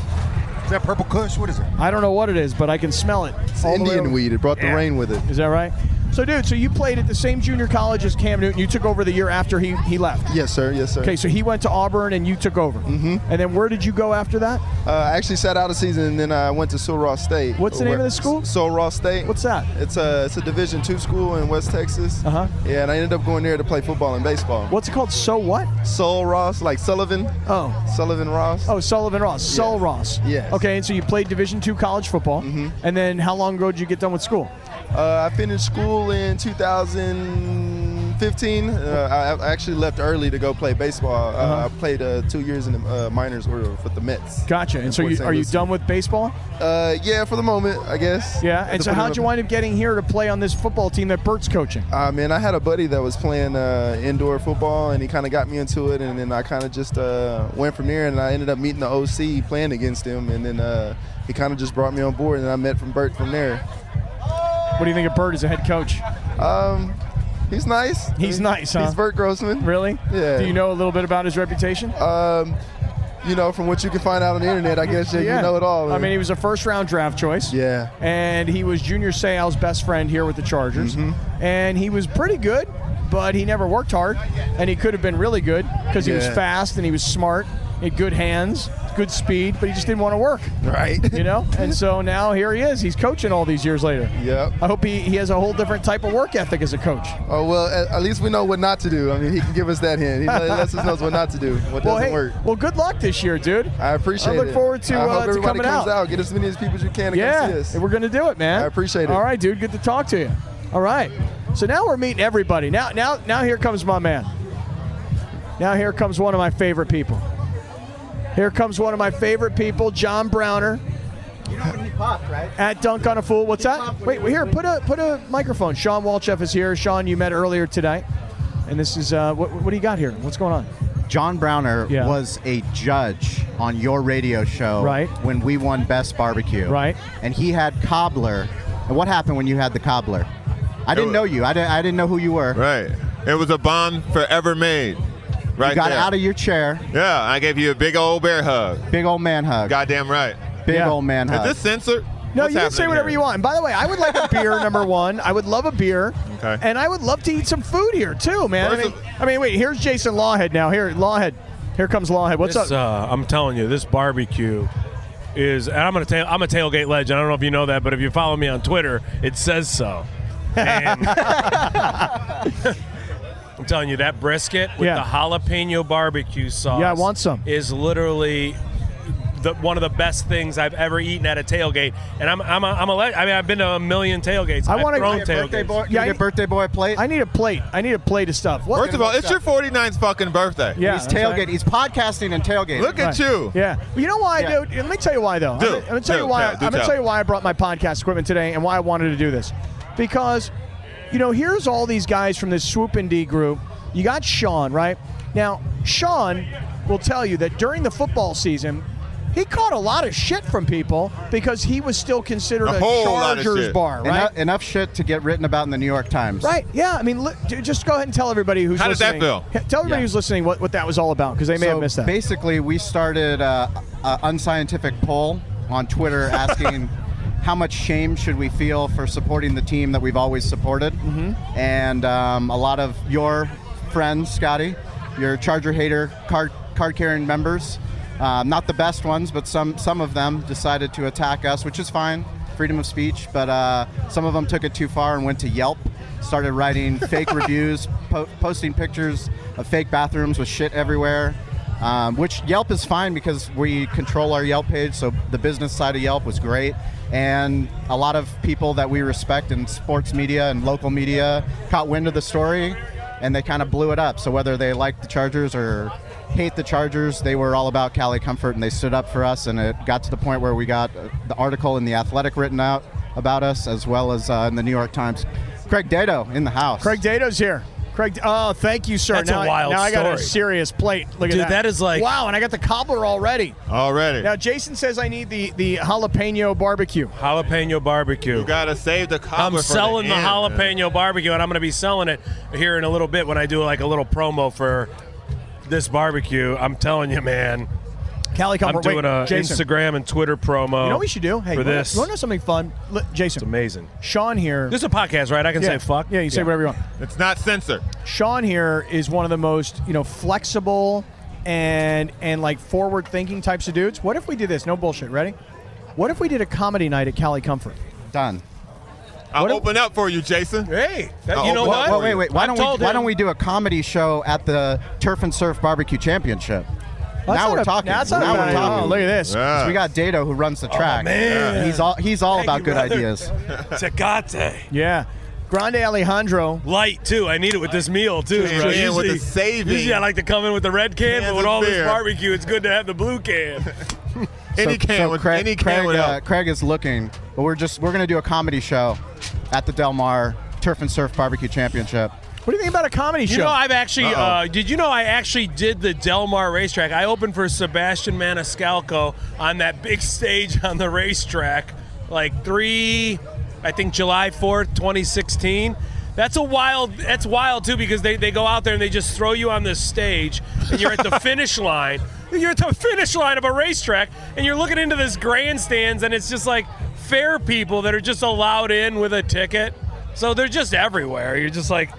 Speaker 6: Is that purple kush? What is it?
Speaker 2: I don't know what it is, but I can smell it.
Speaker 7: It's
Speaker 2: all the way
Speaker 7: Indian
Speaker 2: over-
Speaker 7: weed. It brought
Speaker 6: Yeah.
Speaker 7: the rain with it.
Speaker 2: Is that right? So, dude, so you played at the same junior college as Cam Newton. You took over the year after he, he left.
Speaker 7: Yes, sir. Yes, sir.
Speaker 2: Okay, so he went to Auburn and you took over. Mm-hmm. And then where did you go after that?
Speaker 7: Uh, I actually sat out a season and then I went to Sul Ross State.
Speaker 2: What's the name
Speaker 7: Where-
Speaker 2: of the school?
Speaker 7: Sul Ross State.
Speaker 2: What's that?
Speaker 7: It's a it's a Division two school in West Texas.
Speaker 2: Uh-huh.
Speaker 7: Yeah, and I ended up going there to play football and baseball.
Speaker 2: What's it called? So what?
Speaker 7: Sul Ross, like Sullivan.
Speaker 2: Oh.
Speaker 7: Sullivan Ross.
Speaker 2: Oh, Sullivan Ross. Sol Ross.
Speaker 7: Yes.
Speaker 2: Okay, and so you played Division two college football. Mm-hmm. And then how long ago did you get done with school?
Speaker 7: Uh, I finished school in 2015. Uh, I I actually left early to go play baseball. Uh,
Speaker 2: Uh-huh.
Speaker 7: I played uh, two years in the uh, minors or with the Mets.
Speaker 2: Gotcha.
Speaker 7: In
Speaker 2: And so
Speaker 7: Port
Speaker 2: you,
Speaker 7: St.
Speaker 2: are you
Speaker 7: Lucie.
Speaker 2: done with baseball?
Speaker 7: Uh, yeah, for the moment, I guess.
Speaker 2: Yeah. And so how'd you wind up getting here to play on this football team that Bert's coaching?
Speaker 7: I mean, Ah, I had a buddy that was playing uh, indoor football, and he kind of got me into it, and then I kind of just uh, went from there, and I ended up meeting the OC playing against him, and then uh, he kind of just brought me on board, and I met from Bert from there.
Speaker 2: What do you think of Bert as a head coach?
Speaker 7: Um, he's nice.
Speaker 2: He's nice, huh?
Speaker 7: He's Bert Grossman.
Speaker 2: Really?
Speaker 7: Yeah.
Speaker 2: Do you know a little bit about his reputation?
Speaker 7: Um, you know, from what you can find out on the internet, I guess that you know it all.
Speaker 2: I mean, he was a first round draft choice.
Speaker 7: Yeah.
Speaker 2: And he was Junior Seau's best friend here with the Chargers.
Speaker 7: Mm-hmm.
Speaker 2: And he was pretty good, but he never worked hard. And he could have been really good because he was
Speaker 7: Yeah.
Speaker 2: fast and he was smart, he had good hands, good speed, but he just didn't want to work,
Speaker 7: right?
Speaker 2: you know? and so now here he is. He's coaching all these years later.
Speaker 7: yep.
Speaker 2: I hope he, he has a whole different type of work ethic as a coach.
Speaker 7: Oh well, at, at least we know what not to do. I mean, he can give us that hint. He let- lets us know what not to do, what
Speaker 2: Well,
Speaker 7: doesn't
Speaker 2: hey,
Speaker 7: work.
Speaker 2: well, good luck this year, dude.
Speaker 7: I appreciate
Speaker 2: I
Speaker 7: it.
Speaker 2: look forward to,
Speaker 7: I
Speaker 2: uh,
Speaker 7: hope
Speaker 2: to
Speaker 7: everybody
Speaker 2: coming
Speaker 7: comes
Speaker 2: out.
Speaker 7: out. Get as many as people as you can to
Speaker 2: Yeah,
Speaker 7: come see us.
Speaker 2: and we're gonna do it, man.
Speaker 7: I appreciate it.
Speaker 2: All right, dude. Good to talk to you. All right. So now we're meeting everybody. Now, now, now here comes my man. Now here comes one of my favorite people. Here comes one of my favorite people, John Browner. At Dunk on a Fool. What's that? Wait, here, put a put a microphone. Sean Walchef is here. Sean, you met earlier today. And this is uh, what, what do you got here? What's going on?
Speaker 3: John Browner
Speaker 2: Yeah.
Speaker 3: was a judge on your radio show
Speaker 2: Right.
Speaker 3: when we won Best Barbecue.
Speaker 2: Right.
Speaker 3: And he had cobbler. And what happened when you had the cobbler? I didn't
Speaker 8: wa-
Speaker 3: know you. I didn't, I didn't know who you were.
Speaker 8: Right. It was a bond forever made. Right
Speaker 3: You got
Speaker 8: there.
Speaker 3: out of your chair.
Speaker 8: yeah, I gave you a big old bear hug.
Speaker 3: Big old man hug.
Speaker 8: Goddamn right.
Speaker 3: Big
Speaker 2: Yeah.
Speaker 3: old man
Speaker 8: Is
Speaker 3: hug.
Speaker 8: this censored?
Speaker 2: No,
Speaker 8: What's
Speaker 2: you can say
Speaker 8: happening
Speaker 2: whatever
Speaker 8: here?
Speaker 2: you want. And by the way, I would like a beer, number one. I would love a beer.
Speaker 8: Okay.
Speaker 2: And I would love to eat some food here, too, man. I
Speaker 8: First
Speaker 2: mean, I mean, wait, here's Jason Lawhead now. Here, Lawhead. Here comes Lawhead. What's
Speaker 9: This,
Speaker 2: up?
Speaker 9: Uh, I'm telling you, this barbecue is. And I'm gonna. Ta- I'm a tailgate legend. I don't know if you know that, but if you follow me on Twitter, it says so. And I'm telling you, that brisket with
Speaker 2: Yeah.
Speaker 9: the jalapeno barbecue sauce.
Speaker 2: Yeah, I want some.
Speaker 9: Is literally. The, one of the best things I've ever eaten at a tailgate, and I'm I'm a, I'm a le- I mean I've been to a million tailgates.
Speaker 2: I
Speaker 9: I've
Speaker 2: wanna-
Speaker 9: thrown
Speaker 2: Yeah,
Speaker 3: birthday
Speaker 9: tailgates.
Speaker 3: boy,
Speaker 2: Yeah,
Speaker 3: yeah,
Speaker 2: I-
Speaker 3: your birthday boy plate.
Speaker 2: I need a plate. I need a plate of stuff. What?
Speaker 8: First of all, it's your 49th fucking birthday.
Speaker 2: yeah,
Speaker 3: He's
Speaker 2: that's right.
Speaker 3: tailgate. He's podcasting and tailgating.
Speaker 8: Look at you.
Speaker 2: Yeah, Well, you know why,
Speaker 3: Yeah.
Speaker 2: dude? Let me tell you why, though.
Speaker 8: Do.
Speaker 2: I'm, gonna- I'm gonna tell
Speaker 8: Do
Speaker 2: you why.
Speaker 8: tell. Do
Speaker 2: I'm gonna
Speaker 8: tell.
Speaker 2: tell you why I brought my podcast equipment today and why I wanted to do this, because, you know, here's all these guys from this Swoop and D group. You got Sean, right? Now, Sean will tell you that during the football season, he caught a lot of shit from people because he was still considered
Speaker 8: A
Speaker 2: a,
Speaker 8: whole lot of
Speaker 2: Chargers
Speaker 8: shit.
Speaker 2: bar, right?
Speaker 3: Enough, enough shit to get written about in the New York Times.
Speaker 2: Right. Yeah. I mean, li- dude, just go ahead and tell everybody who's
Speaker 8: How did that
Speaker 2: listening.
Speaker 8: feel?
Speaker 2: Tell everybody
Speaker 3: Yeah.
Speaker 2: who's listening what, what that was all about because they may
Speaker 3: so
Speaker 2: have missed that.
Speaker 3: Basically, we started uh, an unscientific poll on Twitter asking how much shame should we feel for supporting the team that we've always supported. Mm-hmm. And um, a lot of your friends, Scotty, your Charger hater card card carrying members, uh, not the best ones, but some some of them decided to attack us, which is fine. Freedom of speech, but uh, some of them took it too far and went to Yelp. Started writing fake reviews, po- posting pictures of fake bathrooms with shit everywhere um, which Yelp is fine because we control our Yelp page. So the business side of Yelp was great, and a lot of people that we respect in sports media and local media caught wind of the story, and they kind of blew it up. So whether they liked the Chargers or hate the Chargers, they were all about Cali Comfort, and they stood up for us. And it got to the point where we got uh, the article in the Athletic written out about us, as well as uh, in the New York Times. Craig Dado in the house.
Speaker 2: Craig Dato's here. Craig, oh, thank you, sir.
Speaker 9: That's a
Speaker 2: now I-
Speaker 9: wild
Speaker 2: now I got a
Speaker 9: story.
Speaker 2: serious plate. Look
Speaker 9: Dude,
Speaker 2: at that.
Speaker 9: that is like-
Speaker 2: wow, and I got the cobbler already.
Speaker 8: Already.
Speaker 2: Now Jason says I need the the jalapeno barbecue.
Speaker 9: jalapeno barbecue.
Speaker 8: You gotta save the cobbler.
Speaker 9: I'm
Speaker 8: for
Speaker 9: selling the,
Speaker 8: end, man.
Speaker 9: jalapeno barbecue, and I'm going to be selling it here in a little bit when I do like a little promo for this barbecue. I'm telling you, man.
Speaker 2: Cali
Speaker 9: I'm
Speaker 2: cobbler.
Speaker 9: doing
Speaker 2: Wait,
Speaker 9: a
Speaker 2: Jason.
Speaker 9: Instagram and Twitter promo.
Speaker 2: You know what we should do? Hey,
Speaker 9: for
Speaker 2: wanna-
Speaker 9: this.
Speaker 2: You want to know something fun? Li- Jason.
Speaker 9: It's amazing.
Speaker 2: Sean here.
Speaker 9: This is a podcast, right? I can
Speaker 2: yeah,
Speaker 9: say fuck.
Speaker 2: Yeah, you say whatever you want.
Speaker 8: It's not censored.
Speaker 2: Sean here is one of the most you know flexible and and like forward thinking types of dudes. What if we did this? No bullshit. Ready? What if we did a comedy night at Cali Comfort?
Speaker 3: Done.
Speaker 8: I'll
Speaker 2: What if-
Speaker 8: open up for you, Jason.
Speaker 9: Hey,
Speaker 10: Uh,
Speaker 9: that-
Speaker 8: Uh-oh,
Speaker 9: you know
Speaker 8: what-
Speaker 9: what?
Speaker 8: what-
Speaker 3: Well, wait, wait. Why
Speaker 9: I
Speaker 3: don't we
Speaker 9: told
Speaker 3: Why
Speaker 9: him-
Speaker 3: don't we do a comedy show at the Turf and Surf Barbecue Championship?
Speaker 2: That's
Speaker 3: now
Speaker 2: not
Speaker 3: we're
Speaker 2: a-
Speaker 3: talking.
Speaker 2: That's not
Speaker 3: now
Speaker 2: a
Speaker 3: we're
Speaker 2: bad idea.
Speaker 3: talking.
Speaker 2: Oh, look at this. Oh,
Speaker 8: Yeah.
Speaker 3: We got Dato who runs the track.
Speaker 9: man.
Speaker 3: He's all he's all
Speaker 9: Thank
Speaker 3: about
Speaker 9: you,
Speaker 3: good
Speaker 9: brother.
Speaker 3: ideas.
Speaker 9: Tecate.
Speaker 2: Yeah. Grande Alejandro.
Speaker 9: Light too. I need it with this meal too.
Speaker 8: Came
Speaker 9: bro.
Speaker 8: in with the saving.
Speaker 9: usually I like to come in with the red can,
Speaker 8: Cans
Speaker 9: but with
Speaker 8: of
Speaker 9: all this
Speaker 8: beer.
Speaker 9: barbecue, it's good to have the blue can.
Speaker 8: Any
Speaker 3: so,
Speaker 8: can
Speaker 3: so
Speaker 8: with
Speaker 3: Craig,
Speaker 8: any can
Speaker 3: Craig,
Speaker 8: with
Speaker 3: uh, Craig is looking, but we're just we're gonna do a comedy show at the Del Mar Turf and Surf Barbecue Championship.
Speaker 2: What do you think about a comedy
Speaker 9: You
Speaker 2: show?
Speaker 9: know, I've actually.
Speaker 8: Uh-oh.
Speaker 9: Uh, did you know I actually did the Del Mar racetrack? I opened for Sebastian Maniscalco on that big stage on the racetrack, like three, I think July fourth, twenty sixteen. That's a wild. That's wild too because they, they go out there and they just throw you on this stage and you're at the finish line. You're at the finish line of a racetrack and you're looking into this grandstands and it's just like fair people that are just allowed in with a ticket. So they're just everywhere. You're just like,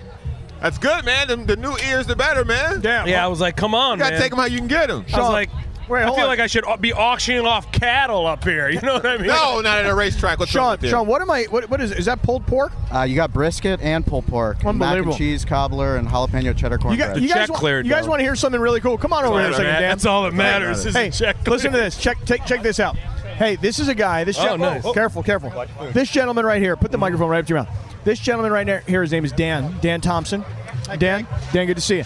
Speaker 8: That's good, man. The, the new ears, the better, man.
Speaker 2: yeah.
Speaker 9: yeah, I was like, come on,
Speaker 8: You gotta
Speaker 9: man.
Speaker 8: take them how you can get them.
Speaker 9: I was
Speaker 2: Sean,
Speaker 9: like,
Speaker 2: wait,
Speaker 9: I
Speaker 2: hold
Speaker 9: feel
Speaker 2: on.
Speaker 9: like I should au- be auctioning off cattle up here. You know what I mean?
Speaker 8: No, not at a racetrack. What's wrong
Speaker 2: Sean,
Speaker 8: with you?
Speaker 2: Sean, what am I? What, what is? Is that pulled pork?
Speaker 3: Uh, you got brisket and pulled pork, mac
Speaker 2: Unbelievable.
Speaker 3: and cheese, cobbler, and jalapeno cheddar
Speaker 2: You,
Speaker 3: cornbread.
Speaker 2: got, you guys,
Speaker 9: check
Speaker 2: want,
Speaker 9: cleared,
Speaker 2: you guys
Speaker 9: though.
Speaker 2: want to hear something really cool? Come on over here a
Speaker 9: That's all
Speaker 2: second,
Speaker 9: that-
Speaker 2: Dan.
Speaker 9: that's all that matters. Is
Speaker 2: Hey,
Speaker 9: the check clear.
Speaker 2: listen to this. Check, take, check this out. Hey, this is a guy. This
Speaker 9: Oh,
Speaker 2: gen-
Speaker 9: nice.
Speaker 2: careful, careful. This gentleman right here. Put the microphone right up to your mouth. This gentleman right there- here. His name is Dan. Dan Thompson. Dan. Dan, good to see you.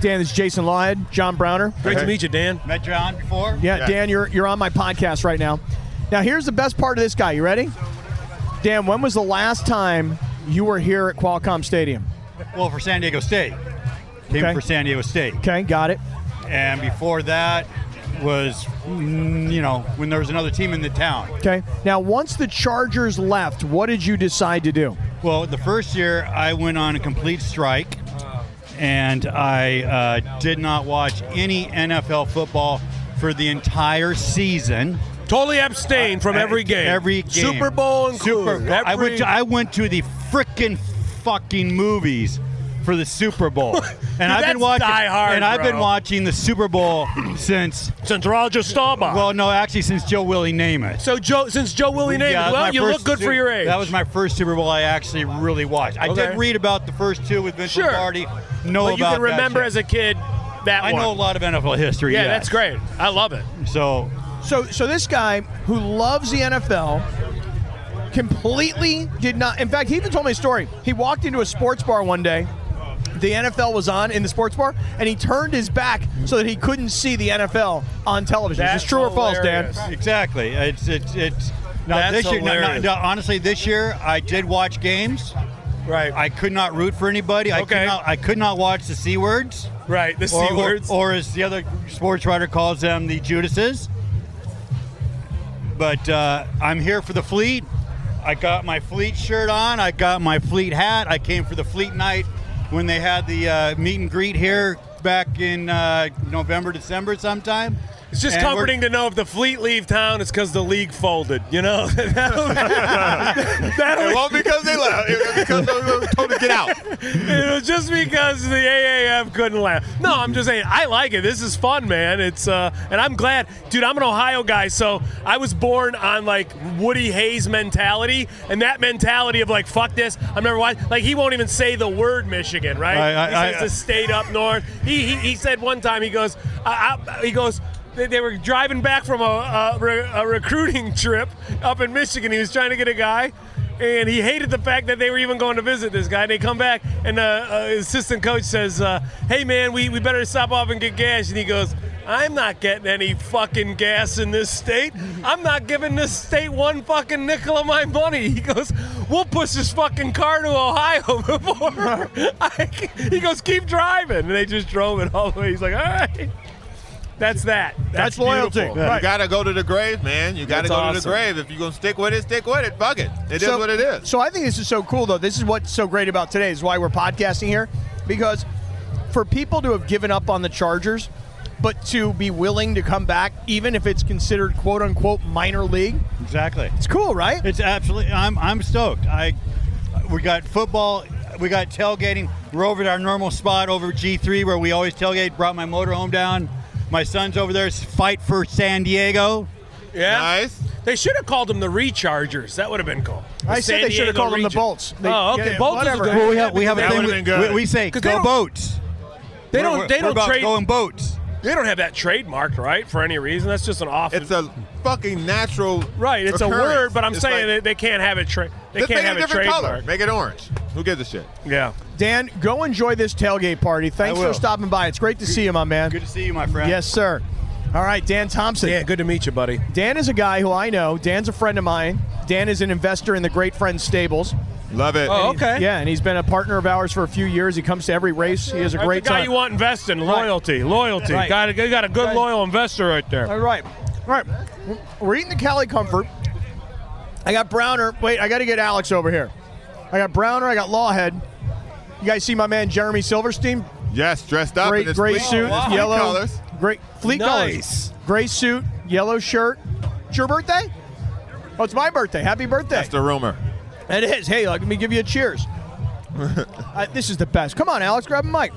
Speaker 2: Dan, this is Jason Lawhead, John Browner.
Speaker 9: Great to meet you, Dan.
Speaker 3: Met John before?
Speaker 2: Yeah, Dan, you're you're on my podcast right now. Now, here's the best part of this guy. You ready? Dan, when was the last time you were here at Qualcomm Stadium?
Speaker 11: Well, for San Diego State. Came
Speaker 2: Okay.
Speaker 11: for San Diego State.
Speaker 2: Okay, got it.
Speaker 11: And before that was, mm, you know, when there was another team in the town.
Speaker 2: Okay. Now, once the Chargers left, what did you decide to do?
Speaker 11: Well, the first year I went on a complete strike, and I uh, did not watch any NFL football for the entire season. Uh,
Speaker 9: Totally abstained from every game.
Speaker 11: Every game.
Speaker 9: Super Bowl included.
Speaker 11: Bowl. I went.
Speaker 9: Every-
Speaker 11: To, I went to the frickin' fucking movies for the Super Bowl, and I've
Speaker 9: That's
Speaker 11: been watching.
Speaker 9: die hard,
Speaker 11: and I've been
Speaker 9: bro.
Speaker 11: watching the Super Bowl since
Speaker 9: since Roger Staubach.
Speaker 11: Well, no, actually, since Joe Willie Namath.
Speaker 9: So Joe, since Joe Willie Namath,
Speaker 11: that was
Speaker 9: well,
Speaker 11: my
Speaker 9: you
Speaker 11: first
Speaker 9: look good
Speaker 11: Su-
Speaker 9: for your age.
Speaker 11: That was my first Super Bowl I actually really watched. I
Speaker 9: Okay.
Speaker 11: did read about the first two with Vince
Speaker 9: Sure.
Speaker 11: Lombardi. Know
Speaker 9: but you
Speaker 11: about
Speaker 9: can remember
Speaker 11: that
Speaker 9: as a kid that
Speaker 11: I
Speaker 9: one.
Speaker 11: know a lot of NFL history.
Speaker 9: Yeah,
Speaker 11: yes.
Speaker 9: that's great. I love it.
Speaker 11: So
Speaker 2: So, so this guy who loves the NFL completely did not. In fact, he even told me a story. He walked into a sports bar one day. The NFL was on in the sports bar, and he turned his back so that he couldn't see the NFL on television. Is
Speaker 11: That's
Speaker 2: this true or false, Dan?
Speaker 11: Exactly. It's it's it's. Now
Speaker 2: That's
Speaker 11: this year, no, no,
Speaker 2: hilarious.
Speaker 11: no, honestly, this year I did watch games.
Speaker 9: Right.
Speaker 11: I could not root for anybody. I
Speaker 9: Okay.
Speaker 11: could not, I could not watch the c words.
Speaker 9: Right. The C
Speaker 11: or,
Speaker 9: words.
Speaker 11: or, or as the other sports writer calls them, the Judases. But uh, I'm here for the fleet. I got my fleet shirt on. I got my fleet hat. I came for the fleet night when they had the uh, meet and greet here back in uh, November, December sometime.
Speaker 9: It's just
Speaker 11: And we're-
Speaker 9: comforting to know if the fleet leave town, it's because the league folded. You know, that
Speaker 8: It won't because they left. Uh, It- because they were told to get out.
Speaker 9: it was just because the AAF couldn't laugh. No, I'm just saying I like it. This is fun, man. It's uh, and I'm glad, dude. I'm an Ohio guy, so I was born on like Woody Hayes mentality, and that mentality of like fuck this, I'm never watching. Like he won't even say the word Michigan, right?
Speaker 11: I- I-
Speaker 9: he
Speaker 11: I-
Speaker 9: says the state up north. He he, he said one time he goes, uh, I, he goes. They, they were driving back from a, a, re- a recruiting trip up in Michigan. He was trying to get a guy, and he hated the fact that they were even going to visit this guy. And they come back, and uh, uh, his assistant coach says, uh, "Hey man, we, we better stop off and get gas." And he goes. I'm not getting any fucking gas in this state. I'm not giving this state one fucking nickel of my money. He goes, We'll push this fucking car to Ohio before. I can-" He goes, Keep driving. And they just drove it all the way. He's like, All right. That's that. That's, beautiful.
Speaker 8: You gotta go to the grave, man. You
Speaker 9: That's
Speaker 8: gotta go to the
Speaker 9: awesome.
Speaker 8: grave. If you're gonna stick with it, stick with it. Fuck it. It is what it is.
Speaker 2: So I think this is so cool, though. This is what's so great about today is why we're podcasting here, because for people to have given up on the Chargers, but to be willing to come back, even if it's considered quote unquote minor league,
Speaker 11: Exactly.
Speaker 2: it's cool, right?
Speaker 11: It's absolutely. I'm I'm stoked. I we got football. We got tailgating. We're over at our normal spot over G3 where we always tailgate. Brought my motorhome down. My son's over there. s- Fight for San Diego.
Speaker 9: Yeah. Nice. They should have called them the Rechargers. That would have been cool. The
Speaker 2: I said
Speaker 9: San
Speaker 2: they should have
Speaker 9: Diego
Speaker 2: called them the
Speaker 9: Region.
Speaker 2: Bolts. They-
Speaker 9: oh, okay.
Speaker 2: yeah,
Speaker 9: Bolts
Speaker 2: whatever.
Speaker 9: is a good
Speaker 2: Well, we have-
Speaker 11: we have a
Speaker 9: That
Speaker 11: thing
Speaker 9: would've
Speaker 11: we-
Speaker 9: been good.
Speaker 11: we- we say,
Speaker 9: 'Cause
Speaker 11: "Go
Speaker 9: don't-
Speaker 11: boats."
Speaker 9: They
Speaker 11: We're-
Speaker 9: don't.
Speaker 11: we're-
Speaker 9: they
Speaker 11: we're
Speaker 9: don't
Speaker 11: about
Speaker 9: trade
Speaker 11: going boats.
Speaker 9: They don't have that trademarked, right? For any reason, that's just an off.
Speaker 8: It's a fucking natural.
Speaker 9: right. It's a
Speaker 8: occurrence.
Speaker 9: word, but I'm
Speaker 8: It's
Speaker 9: saying
Speaker 8: like,
Speaker 9: that they can't have it. Tra- they
Speaker 8: just
Speaker 9: can't
Speaker 8: make
Speaker 9: have
Speaker 8: it a
Speaker 9: it
Speaker 8: different
Speaker 9: trademarked.
Speaker 8: color. Make it orange. Who gives a shit?
Speaker 9: Yeah.
Speaker 2: Dan, go enjoy this tailgate party. Thanks
Speaker 11: I
Speaker 2: for
Speaker 11: will.
Speaker 2: stopping by. It's great to see you, my man.
Speaker 11: Good to see you, my friend.
Speaker 2: Yes, sir. All right, Dan Thompson.
Speaker 9: Yeah. Good to meet you, buddy.
Speaker 2: Dan is a guy who I know. Dan's a friend of mine. Dan is an investor in the Great Friends Stables.
Speaker 8: Love it.
Speaker 9: Oh, okay.
Speaker 2: Yeah, and he's been a partner of ours for a few years. He comes to every race. He has a
Speaker 9: That's
Speaker 2: great
Speaker 9: the guy
Speaker 2: time.
Speaker 9: you want investing. Loyalty. Loyalty.
Speaker 2: Right.
Speaker 9: Got a, you got a good
Speaker 2: Right.
Speaker 9: loyal investor right there.
Speaker 2: All right. All right. We're eating the Cali Comfort. I got Browner. Wait, I got to get Alex over here. I got Browner. I got Lawhead. You guys see my man Jeremy Silverstein?
Speaker 8: Yes, dressed up. in
Speaker 2: Great,
Speaker 8: his
Speaker 2: gray
Speaker 8: fleet-
Speaker 2: suit,
Speaker 8: his fleet
Speaker 2: yellow,
Speaker 8: colors.
Speaker 2: great fleet
Speaker 9: Nice.
Speaker 2: colors, gray suit, yellow shirt. It's your birthday? Oh, it's my birthday. Happy birthday!
Speaker 8: That's the rumor.
Speaker 2: It is. Hey, let me give you a cheers. Uh, this is the best. Come on, Alex, grab a mic.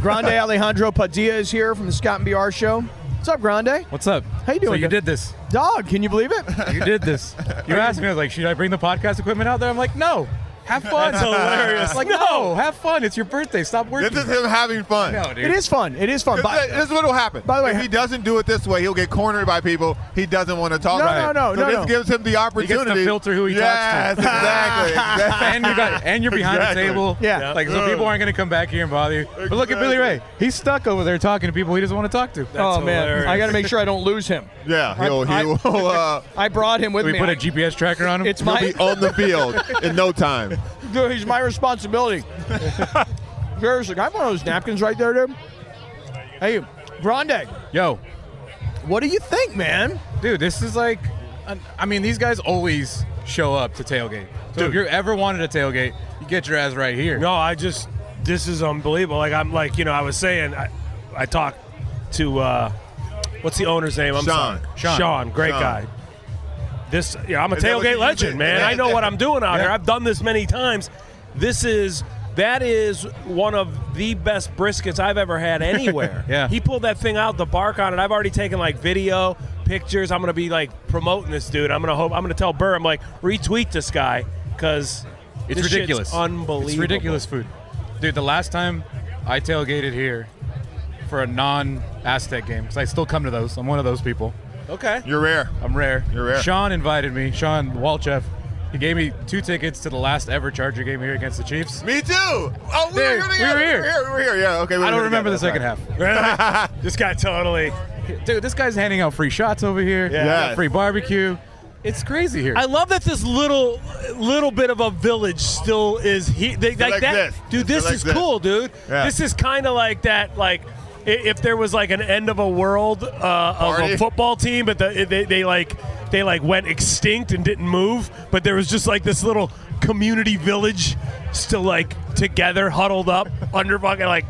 Speaker 2: Grande Alejandro Padilla is here from the Scott and BR show. What's up, Grande?
Speaker 12: What's up?
Speaker 2: How you doing,
Speaker 12: So you
Speaker 2: guy?
Speaker 12: did this.
Speaker 2: Dog, can you believe it?
Speaker 12: You did this. You asked me, I was like, should I bring the podcast equipment out there? I'm like, no. Have fun.
Speaker 9: That's hilarious.
Speaker 12: Like, no. have fun. It's your birthday. Stop
Speaker 8: This
Speaker 12: working.
Speaker 8: is him having fun.
Speaker 12: no, dude.
Speaker 2: It is fun. It is fun.
Speaker 8: 'Cause
Speaker 2: By-
Speaker 8: that- this is what will happen.
Speaker 2: by the way,
Speaker 8: if he doesn't do it this way, he'll get cornered by people he doesn't want to talk
Speaker 2: No, no,
Speaker 8: to.
Speaker 2: no,
Speaker 8: so
Speaker 2: no,
Speaker 8: This
Speaker 2: no.
Speaker 8: gives him the
Speaker 12: gets to
Speaker 8: opportunity
Speaker 12: filter who he talks to.
Speaker 8: yes, Exactly, exactly.
Speaker 12: and you got and you're behind
Speaker 8: Exactly.
Speaker 12: the table.
Speaker 2: Yeah.
Speaker 12: Like so people aren't gonna come back here and bother you. But look at Billy Ray. He's stuck over there talking to people he doesn't want to talk to.
Speaker 2: oh man, I got to make sure I don't lose him.
Speaker 8: Yeah, he'll,
Speaker 2: I-
Speaker 8: he will uh,
Speaker 2: I brought him with
Speaker 12: we
Speaker 2: me.
Speaker 12: put a GPS tracker on him.
Speaker 2: it's my
Speaker 8: be on the field in no time.
Speaker 2: Dude, he's my responsibility.
Speaker 13: Seriously, can I have one of those napkins right there, dude? Hey, Grande.
Speaker 12: Yo.
Speaker 13: What do you think, man?
Speaker 12: Dude, this is like, an- I mean, these guys always show up to tailgate. So if
Speaker 9: Dude.
Speaker 12: you ever wanted a tailgate, you get your ass right here.
Speaker 9: No, I just this is unbelievable. Like I'm like you know I was saying I, I talked to uh, what's the owner's name? I'm
Speaker 10: Sean.
Speaker 9: sorry.
Speaker 10: Sean.
Speaker 9: Sean, great
Speaker 10: Sean.
Speaker 9: guy. This yeah, I'm a
Speaker 10: Is that what you
Speaker 9: tailgate
Speaker 10: did?
Speaker 9: legend, man.
Speaker 10: Yeah.
Speaker 9: I know what I'm doing out
Speaker 10: Yeah.
Speaker 9: here. I've done this many times. This is that is one of the best briskets I've ever had anywhere.
Speaker 12: Yeah.
Speaker 9: He pulled that thing out, the bark on it. I've already taken like video, pictures. I'm gonna be like promoting this dude. I'm gonna hope I'm gonna tell Burr, I'm like, retweet this guy because
Speaker 12: It's ridiculous.
Speaker 9: unbelievable.
Speaker 12: It's ridiculous food. Dude, the last time I tailgated here for a non Aztec game, because I still come to those, I'm one of those people.
Speaker 9: Okay.
Speaker 10: You're rare.
Speaker 12: I'm rare.
Speaker 10: You're rare.
Speaker 12: Sean invited me, Sean Walchef. He gave me two tickets to the last ever Charger game here against the Chiefs.
Speaker 10: Me too. Oh, we were
Speaker 12: Dude,
Speaker 10: gonna
Speaker 12: we
Speaker 10: go-
Speaker 12: were here.
Speaker 10: We were here. Yeah. Okay. we were
Speaker 12: I don't
Speaker 10: gonna
Speaker 12: remember
Speaker 10: go.
Speaker 12: the second
Speaker 10: That's right.
Speaker 12: half.
Speaker 9: this guy totally.
Speaker 12: Dude, this guy's handing out free shots over here.
Speaker 9: Yeah. Yeah.
Speaker 12: Free barbecue. It's crazy here.
Speaker 9: I love that this little little bit of a village still is he they,
Speaker 12: Still
Speaker 9: like that.
Speaker 12: exists.
Speaker 9: Dude, this
Speaker 12: Still
Speaker 9: is
Speaker 12: exists.
Speaker 9: cool, dude.
Speaker 12: Yeah.
Speaker 9: This is kind of like that like i- if there was like an end of a world uh, of
Speaker 10: Party.
Speaker 9: a football team but the, they, they like they like went extinct and didn't move, but there was just like this little community village still like together huddled up under fucking like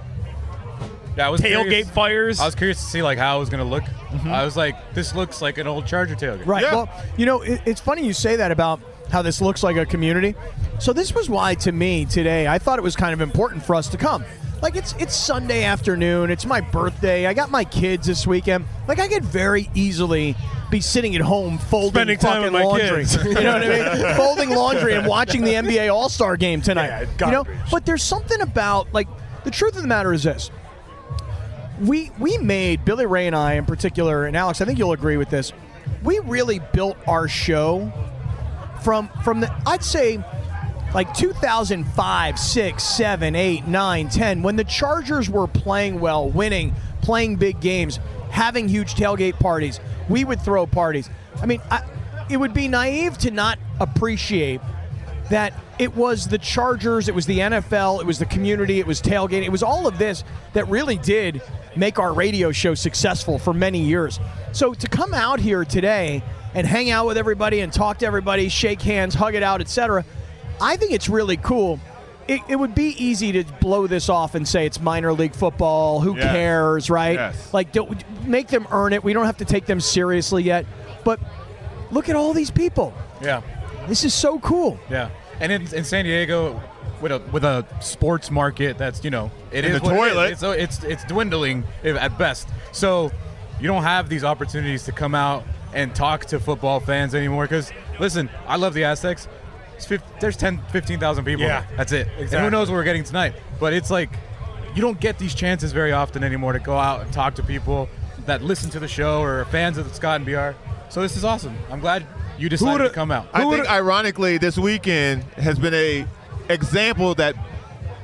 Speaker 12: Yeah, I was
Speaker 9: tailgate
Speaker 12: curious-
Speaker 9: fires.
Speaker 12: I was curious to see like how it was gonna look. I was like, this looks like an old Charger tailgate.
Speaker 2: Right. Well, you know, it, it's funny you say that about how this looks like a community. So this was why, to me, today I thought it was kind of important for us to come. Like it's it's Sunday afternoon. It's my birthday. I got my kids this weekend. Like I could very easily be sitting at home folding
Speaker 9: Spending
Speaker 2: fucking
Speaker 9: time with my
Speaker 2: laundry.
Speaker 9: kids.
Speaker 2: You know what I mean? folding laundry and watching the NBA All Star game
Speaker 9: Yeah,
Speaker 2: tonight. you know,
Speaker 9: garbage.
Speaker 2: but there's something about like the truth of the matter is this we we made Billy Ray and I in particular, and Alex, I think you'll agree with this. We really built our show from from the I'd say like 2005, 6, 7, 8, 9, 10 when the Chargers were playing well, winning, playing big games, having huge tailgate parties. We would throw parties. I mean, I, it would be naive to not appreciate that it was the Chargers, it was the NFL, it was the community, it was tailgating, it was all of this that really did make our radio show successful for many years. So to come out here today and hang out with everybody and talk to everybody, shake hands, hug it out, etc., I think it's really cool. It, it would be easy to blow this off and say it's minor league football. Who
Speaker 5: Yes.
Speaker 2: cares, right?
Speaker 5: Yes.
Speaker 2: Like, don't, make them earn it. We don't have to take them seriously yet. But look at all these people.
Speaker 12: Yeah.
Speaker 2: This is so cool.
Speaker 12: Yeah. And in, in San Diego, with a with a sports market that's you know it
Speaker 10: In
Speaker 12: is
Speaker 10: the
Speaker 12: what it is.
Speaker 10: toilet.
Speaker 12: It's, so it's it's dwindling if- at best. So you don't have these opportunities to come out and talk to football fans anymore. Because listen, I love the Aztecs. It's 50, there's 10, 15,000 people.
Speaker 9: Yeah.
Speaker 12: there. that's it. And
Speaker 9: Exactly.
Speaker 12: who knows what we're getting tonight? But it's like you don't get these chances very often anymore to go out and talk to people that listen to the show or are fans of Scott and BR. So this is awesome. I'm glad you decided to come out.
Speaker 10: I think, ironically, this weekend has been a example that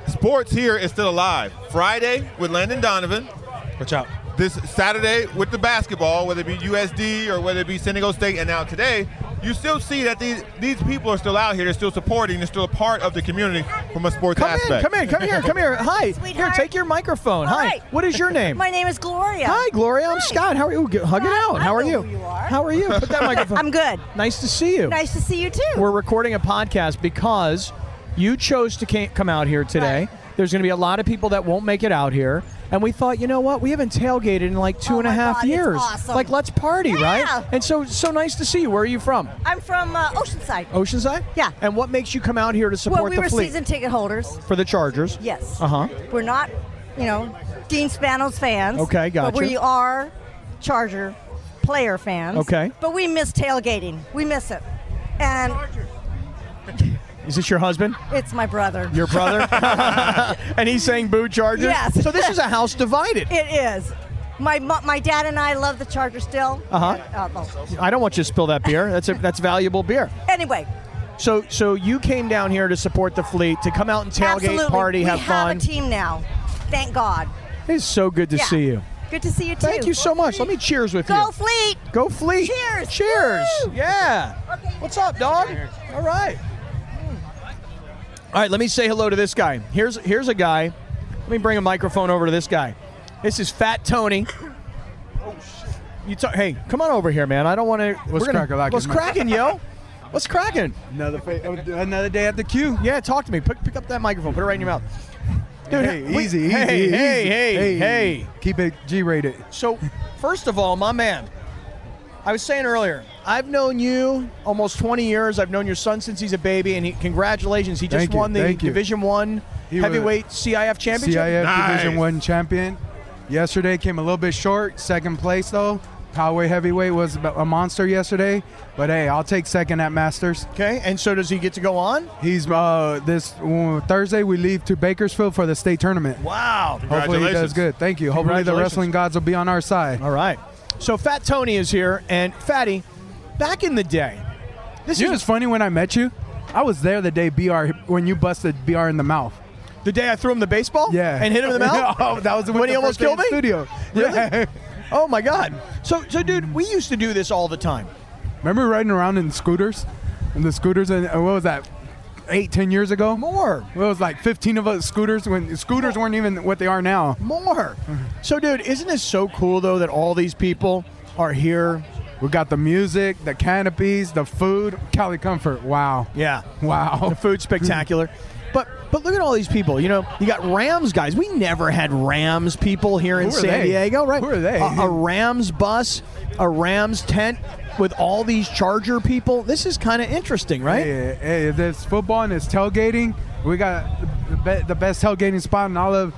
Speaker 10: sports here is still alive. Friday with Landon Donovan.
Speaker 9: Watch out.
Speaker 10: This Saturday with the basketball, whether it be USD or whether it be San Diego State, and now today, you still see that these these people are still out here. They're still supporting. They're still a part of the community from a sports
Speaker 2: Come in,
Speaker 10: aspect.
Speaker 2: come in, come here, come here. Hi. Here, take your microphone. Hi.
Speaker 14: Hi.
Speaker 2: What is your name?
Speaker 14: My name is Gloria.
Speaker 2: Hi, Gloria. I'm Scott. How are you? Ooh, Hug it out. How are you? How are you? Put that microphone.
Speaker 14: I'm good.
Speaker 2: Nice to see you.
Speaker 14: Nice to see you too.
Speaker 2: We're recording a podcast because you chose to can't come out here today. There's going to be a lot of people that won't make it out here. And we thought, you know what? We haven't tailgated in like two and a half
Speaker 14: Oh God, it's
Speaker 2: years.
Speaker 14: awesome.
Speaker 2: Like, let's party,
Speaker 14: Yeah.
Speaker 2: right? And so, so nice to see you. Where are you from?
Speaker 14: I'm from uh, Oceanside.
Speaker 2: Oceanside? Yeah. And what makes you come out here to Oh, support
Speaker 14: well, we
Speaker 2: the
Speaker 14: were
Speaker 2: fleet?
Speaker 14: season ticket holders.
Speaker 2: For the Chargers?
Speaker 14: Yes.
Speaker 2: Uh huh.
Speaker 14: We're not, you know, Dean Spanos fans.
Speaker 2: Okay,
Speaker 14: But
Speaker 2: gotcha.
Speaker 14: we are Charger player fans.
Speaker 2: Okay.
Speaker 14: But we miss tailgating. We miss it. And
Speaker 2: Is this your husband?
Speaker 14: it's my brother.
Speaker 2: Your brother? and he's saying boo Chargers?
Speaker 14: Yes.
Speaker 2: So this is a house divided.
Speaker 14: It is. My mo- my dad and I love the Charger still.
Speaker 2: Uh-huh.
Speaker 14: Uh, well,
Speaker 2: I don't want you to spill that beer. That's a, that's valuable beer.
Speaker 14: Anyway,
Speaker 2: So so you came down here to support the fleet, to come out and tailgate,
Speaker 14: absolutely.
Speaker 2: party,
Speaker 14: we
Speaker 2: have fun.
Speaker 14: a team now. Thank God.
Speaker 2: It's so good to
Speaker 14: Yeah.
Speaker 2: see you.
Speaker 14: Good to see you too.
Speaker 2: Thank you so much. Let me cheers with
Speaker 14: Go
Speaker 2: you.
Speaker 14: Fleet.
Speaker 2: Go Fleet.
Speaker 14: Cheers.
Speaker 2: Cheers.
Speaker 14: Woo.
Speaker 2: Yeah. What's up, dog? All right. All right, let me say hello to this guy. Here's here's a guy Let me bring a microphone over to this guy. This is Fat Tony.
Speaker 15: Oh,
Speaker 2: You talk, hey, come on over here, man. I don't want to.
Speaker 15: What's cracking, Rocky?
Speaker 2: What's cracking, yo? What's cracking?
Speaker 15: Another fa- oh, another day at the queue.
Speaker 2: Yeah, talk to me. Pick, pick up that microphone. Put it right in your mouth. Dude,
Speaker 15: hey,
Speaker 2: we-
Speaker 15: easy, easy,
Speaker 2: hey,
Speaker 15: easy.
Speaker 2: hey, hey, hey.
Speaker 15: Keep it G-rated.
Speaker 2: So, first of all, my man, I was saying earlier, I've known you almost 20 years. I've known your son since he's a baby, and he, congratulations, he just
Speaker 15: Thank you,
Speaker 2: won the
Speaker 15: thank you.
Speaker 2: Division One
Speaker 15: He was-
Speaker 2: heavyweight CIF championship.
Speaker 15: CIF Division One champion. Yesterday came a little bit short. Second place though. Powerweight heavyweight was about a monster yesterday, but hey, I'll take second at Masters.
Speaker 2: Okay, and so does he get to go on?
Speaker 15: He's uh, this uh, Thursday we leave to Bakersfield for the state tournament.
Speaker 2: Wow!
Speaker 15: Hopefully he does good. Thank you. Hopefully the
Speaker 2: Congratulations.
Speaker 15: wrestling gods will be on our side.
Speaker 2: All right. So Fat Tony is here, and Fatty, back in the day, this
Speaker 15: you
Speaker 2: is-
Speaker 15: know what's funny when I met you. I was there the day BR when you busted BR in the mouth.
Speaker 2: The day I threw him the baseball,
Speaker 15: yeah,
Speaker 2: and hit him in the mouth.
Speaker 15: oh, that was
Speaker 2: when he almost killed me.
Speaker 15: Studio,
Speaker 2: Really?
Speaker 15: Yeah.
Speaker 2: Oh my God! So, so dude, we used to do this all the time.
Speaker 15: Remember riding around in scooters, and the scooters, and uh, what was that? Eight, ten years ago,
Speaker 2: more.
Speaker 15: It was like fifteen of us scooters when scooters weren't even what they are now.
Speaker 2: More. So, dude, isn't this so cool though that all these people are here?
Speaker 15: We got the music, the canopies, the food, Cali Comfort. Wow.
Speaker 2: Yeah.
Speaker 15: Wow.
Speaker 2: The food's spectacular. But but look at all these people. You know, you got Rams guys. We never had Rams people here in
Speaker 15: Who are
Speaker 2: San
Speaker 15: they?
Speaker 2: Diego, right?
Speaker 15: Who are they?
Speaker 2: A, a Rams bus, a Rams tent with all these Charger people. This is kind of interesting, right?
Speaker 15: Hey, hey, there's football and it's tailgating. We got the, be- the best tailgating spot in all of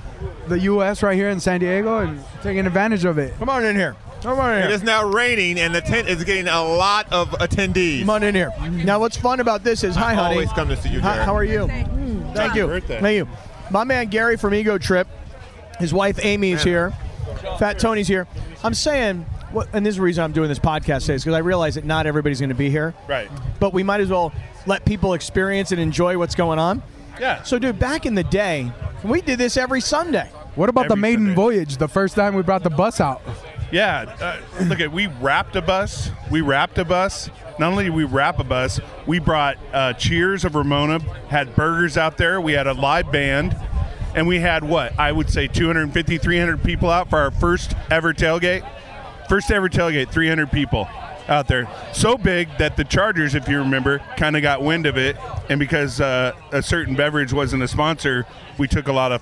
Speaker 15: the U.S. right here in San Diego, and taking advantage of it.
Speaker 2: Come on in here. Come on in
Speaker 8: It is now raining, and the tent is getting a lot of attendees.
Speaker 2: Come on in here. Now, what's fun about this is, hi,
Speaker 8: I
Speaker 2: honey.
Speaker 8: always come to see you,
Speaker 2: Hi-
Speaker 8: Derek.
Speaker 2: How are you? Thank you.
Speaker 8: Birthday.
Speaker 2: Thank you. My man Gary from Ego Trip, his wife Amy is here. Fat Tony's here. I'm saying, what, and this is the reason I'm doing this podcast today, is because I realize that not everybody's going to be here.
Speaker 8: Right.
Speaker 2: But we might as well let people experience and enjoy what's going on.
Speaker 8: Yeah.
Speaker 2: So, dude, back in the day, we did this every Sunday.
Speaker 15: What about the maiden voyage? The first time we brought the bus out.
Speaker 8: Yeah, uh, look at we wrapped a bus. We wrapped a bus. Not only did we wrap a bus, we brought uh, Cheers of Ramona. Had burgers out there. We had a live band, and we had what I would say 250, 300 people out for our first ever tailgate. First ever tailgate, 300 people out there. So big that the Chargers, if you remember, kind of got wind of it, and because uh, a certain beverage wasn't a sponsor, we took a lot of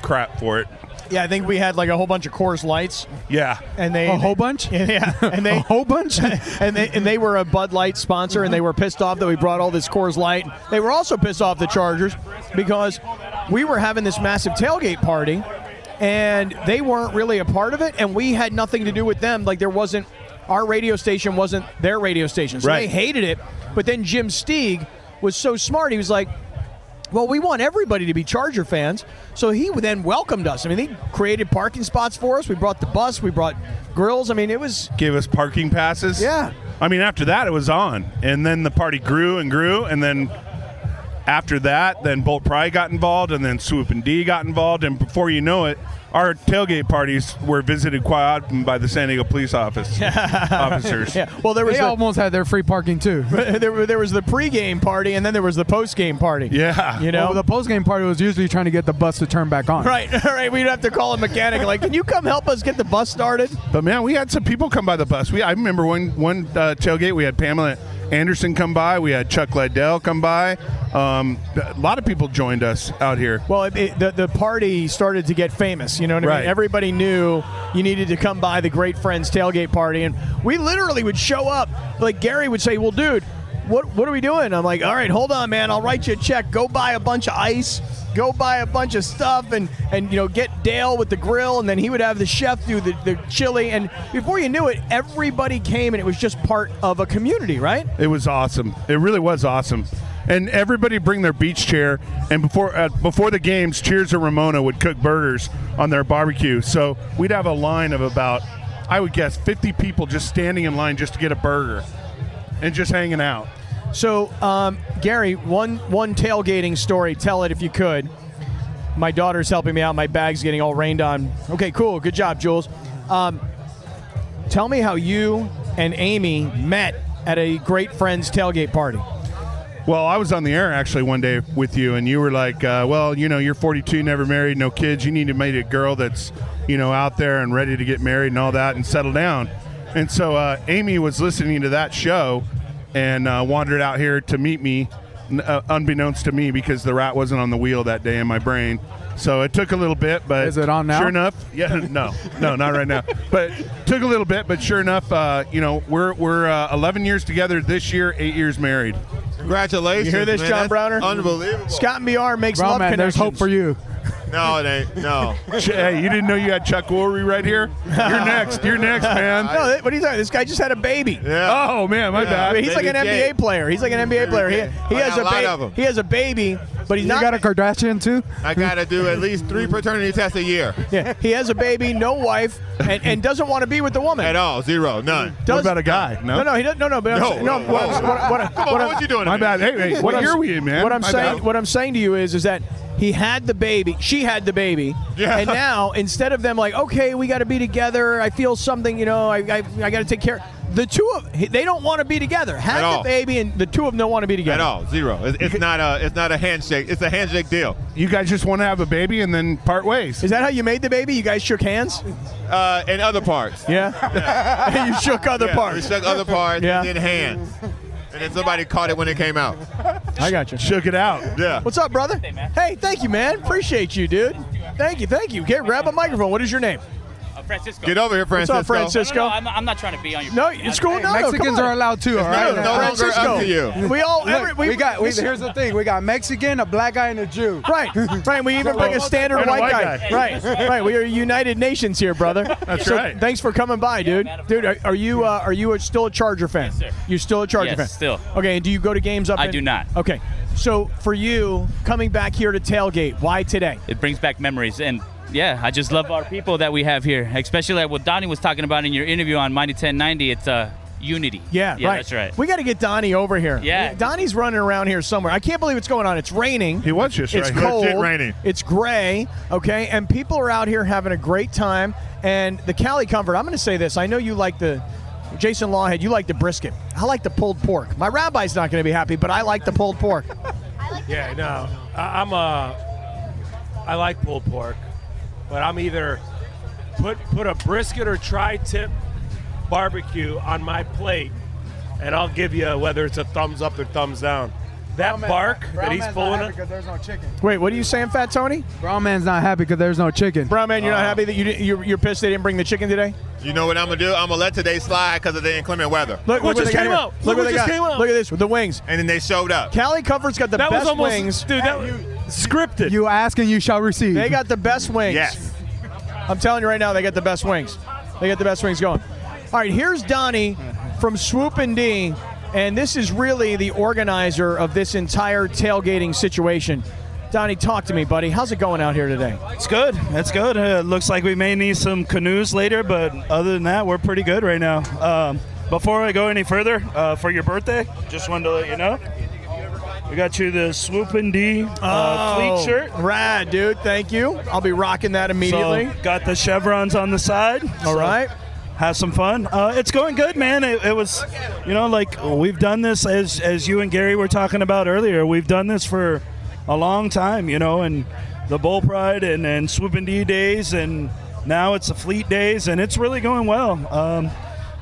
Speaker 8: crap for it.
Speaker 2: Yeah, I think we had like a whole bunch of Coors Lights.
Speaker 8: Yeah.
Speaker 2: and they
Speaker 8: A whole
Speaker 15: bunch.
Speaker 2: Yeah, and they a
Speaker 15: whole bunch,
Speaker 2: and they and they were a Bud Light sponsor, and they were pissed off that we brought all this Coors Light. They were also pissed off the Chargers because we were having this massive tailgate party, and they weren't really a part of it, and we had nothing to do with them. Like there wasn't our radio station wasn't their radio station, so they
Speaker 8: Right.
Speaker 2: hated it. But then Jim Steig was so smart; he was like. Well, we want everybody to be Charger fans, so he then welcomed us. I mean, he created parking spots for us. We brought the bus, we brought grills. I mean, it was
Speaker 8: gave us parking passes.
Speaker 2: Yeah.
Speaker 8: I mean, after that, it was on. And then the party grew and grew. And then after that, then Bolt Pry got involved. And then Swoop and D got involved. And before you know it, our tailgate parties were visited quite often by the San Diego police office officers.
Speaker 2: Yeah. Well, there was
Speaker 15: They
Speaker 2: the-
Speaker 15: almost had their free parking too.
Speaker 2: there, there was the pregame party, and then there was the postgame party.
Speaker 8: Yeah,
Speaker 2: you know.
Speaker 15: Well, the post game party was usually trying to get the bus to turn back on.
Speaker 2: Right, all right. We'd have to call a mechanic. Like, can you come help us get the bus started?
Speaker 8: But man, we had some people come by the bus. We I remember one one uh, tailgate we had Pamela Anderson come by. We had Chuck Liddell come by. Um, a lot of people joined us out here.
Speaker 2: Well, it, it, the the party started to get famous. You know what I
Speaker 8: Right.
Speaker 2: mean? Everybody knew you needed to come by the Great Friends tailgate party, and we literally would show up. Like Gary would say, "Well, dude, what what are we doing?" I'm like, "All right, hold on, man. I'll write you a check. Go buy a bunch of ice." Go buy a bunch of stuff and, and you know get Dale with the grill and then he would have the chef do the, the chili and before you knew it everybody came and it was just part of a community right
Speaker 8: It was awesome. It really was awesome. And everybody bring their beach chair. And before uh, before the games, Cheers and Ramona would cook burgers on their barbecue. So we'd have a line of about, I would guess, 50 people just standing in line just to get a burger and just hanging out.
Speaker 2: So, um, Gary, one one tailgating story. Tell it if you could. My daughter's helping me out. My bag's getting all rained on. Okay, cool. Good job, Jules. Um, tell me how you and Amy met at a great friend's tailgate party.
Speaker 8: Well, I was on the air actually one day with you, and you were like, uh, "Well, you know, you're 42, never married, no kids. You need to meet a girl that's, you know, out there and ready to get married and all that and settle down." And so uh, Amy was listening to that show, and uh, wandered out here to meet me, n- uh, unbeknownst to me, because the rat wasn't on the wheel that day in my brain. So it took a little bit, but
Speaker 15: Is it on now?
Speaker 8: Sure enough, yeah, no, no, not right now. But took a little bit, but sure enough, uh, you know, we're we're uh, 11 years together this year, eight years married.
Speaker 10: Congratulations!
Speaker 2: You hear this,
Speaker 10: man.
Speaker 2: John
Speaker 10: That's
Speaker 2: Browner?
Speaker 10: Unbelievable.
Speaker 2: Scott and BR makes love connections.
Speaker 15: you.
Speaker 10: No, it ain't. No.
Speaker 8: hey, you didn't know you had Chuck Woolery right here. You're next. You're next, man.
Speaker 2: No, that- what are you talking? This guy just had a baby.
Speaker 8: Yeah. Oh, man, my Yeah. bad.
Speaker 2: I mean, he's like an
Speaker 8: Baby
Speaker 2: NBA
Speaker 8: Jay.
Speaker 2: player. He's like an NBA player. He, he
Speaker 10: I
Speaker 2: has
Speaker 10: got
Speaker 2: a
Speaker 10: a lot
Speaker 2: baby.
Speaker 10: of 'em.
Speaker 2: He has a baby, but he's
Speaker 15: You
Speaker 2: not
Speaker 15: got a Kardashian too?
Speaker 10: I gotta do at least three paternity tests a year.
Speaker 2: Yeah, he has a baby, no wife, and, and doesn't want to be with the woman
Speaker 10: At all, zero, none.
Speaker 2: Does-
Speaker 10: No,
Speaker 2: no, he doesn't. No, no, but I'm
Speaker 10: No,
Speaker 2: saying- no.
Speaker 10: no,
Speaker 2: what, I'm-
Speaker 10: no.
Speaker 2: what, what,
Speaker 10: Come on,
Speaker 2: I'm-
Speaker 10: what you doing to My me? bad. Hey, hey, what
Speaker 2: I'm-
Speaker 10: year we in, man?
Speaker 2: What I'm
Speaker 10: My
Speaker 2: saying,
Speaker 10: bad.
Speaker 2: what I'm saying to you is, is that he had the baby, she had the baby,
Speaker 10: Yeah.
Speaker 2: and now instead of them like, okay, we got to be together, I feel something, you know, I, I, I got to take care. The two of he- they don't want to be together. Had
Speaker 10: At
Speaker 2: the
Speaker 10: all.
Speaker 2: baby, and the two of them don't want to be
Speaker 10: At
Speaker 2: together.
Speaker 10: all, zero. It's, it's not a. It's not a handshake. It's a handshake deal.
Speaker 8: You guys just want to have a baby and then part ways.
Speaker 2: Is that how you made the baby? You guys shook hands?
Speaker 10: Uh, and other parts.
Speaker 2: Yeah. you shook other
Speaker 10: Yeah,
Speaker 2: parts.
Speaker 10: We shook other parts.
Speaker 2: Yeah.
Speaker 10: And then hands. And then somebody caught it when it came out.
Speaker 2: I got you.
Speaker 8: Shook it out. Yeah.
Speaker 2: What's up, brother? Hey, thank you, man. Appreciate you, dude. Thank you, thank you. Okay, grab a microphone. What is your name?
Speaker 16: Uh, Francisco.
Speaker 2: Get over here, What's up, Francisco?
Speaker 16: No, no, no, I'm, not, I'm not trying to be on your.
Speaker 2: No, it's cool. No, no,
Speaker 15: Mexicans
Speaker 2: come on.
Speaker 15: are allowed too. all right?
Speaker 2: We all.
Speaker 15: Look,
Speaker 2: every,
Speaker 15: we, got. We,
Speaker 2: listen.
Speaker 15: here's the thing: we got Mexican, a black guy, and a Jew.
Speaker 2: Right, right. We even bring a standard white, guy. Right, right. We are United Nations here, brother.
Speaker 15: That's
Speaker 2: So
Speaker 15: right.
Speaker 2: Thanks for coming by, dude. dude, are, are you uh, are you a, still a Charger fan?
Speaker 16: Yes, sir.
Speaker 2: You're still a Charger
Speaker 16: Yes,
Speaker 2: fan.
Speaker 16: still.
Speaker 2: Okay. And do you go to games up?
Speaker 16: I
Speaker 2: in-
Speaker 16: do not.
Speaker 2: Okay. So for you coming back here to tailgate, why today?
Speaker 16: It brings back memories, and yeah, I just love our people that we have here, especially like what Donnie was talking about in your interview on Mighty 1090. It's uh, unity.
Speaker 2: Yeah, right.
Speaker 16: That's right.
Speaker 2: We got to get Donnie over here.
Speaker 16: Yeah.
Speaker 2: Donnie's running around here somewhere. I can't believe it's going on. It's raining. He
Speaker 8: was just
Speaker 2: It's
Speaker 8: right here.
Speaker 2: cold.
Speaker 8: Legit raining.
Speaker 2: It's gray. Okay, and people are out here having a great time. And the Cali comfort. I'm going to say this. I know you like the. Jason Lawhead, you like the brisket. I like the pulled pork. My rabbi's not going to be happy, but I like the pulled pork.
Speaker 17: Yeah, no, I, I'm a. I like pulled pork, but I'm either put put a brisket or tri-tip barbecue on my plate, and I'll give you whether it's a thumbs up or thumbs down. That bark that he's pulling up.
Speaker 15: because there's no chicken.
Speaker 2: Wait, what are you saying, Fat Tony?
Speaker 15: Brown man's not happy because there's no chicken. Uh,
Speaker 2: Brown man, you're not happy that you didn't, you're, you're pissed they didn't bring the chicken today.
Speaker 10: You know what I'm gonna do? I'm gonna let today slide because of the inclement weather.
Speaker 2: Look what, they got here. Look, what, they got. Look at this with the wings.
Speaker 10: And then they showed up.
Speaker 2: Cali Comfort's got the
Speaker 10: That was
Speaker 2: best
Speaker 10: almost-
Speaker 2: wings,
Speaker 10: dude, that- You-
Speaker 15: Scripted. You ask and you shall receive.
Speaker 2: They got the best wings.
Speaker 15: Yes.
Speaker 2: I'm telling you right now, they got the best wings. They got the best wings going. All right, here's Donnie from Swoop and D, and this is really the organizer of this entire tailgating situation. Donnie, talk to me, buddy. How's it going out here today?
Speaker 18: It's good. It's good. Uh, it looks like we may need some canoes later, but other than that, we're pretty good right now. Um, before I go any further, uh, for your birthday, just wanted to let you know we got you the Swoopin' D uh,
Speaker 2: Oh,
Speaker 18: cleat shirt.
Speaker 2: Rad, dude. Thank you. I'll be rocking that immediately.
Speaker 18: So, got the chevrons on the side. All right. Have some fun. Uh, it's going good, man. It, it was, you know, like we've done this as as you and Gary were talking about earlier. We've done this for a long time, you know, and the Bull Pride and and Swoopin' D days, and now it's the Fleet days, and it's really going well. Um,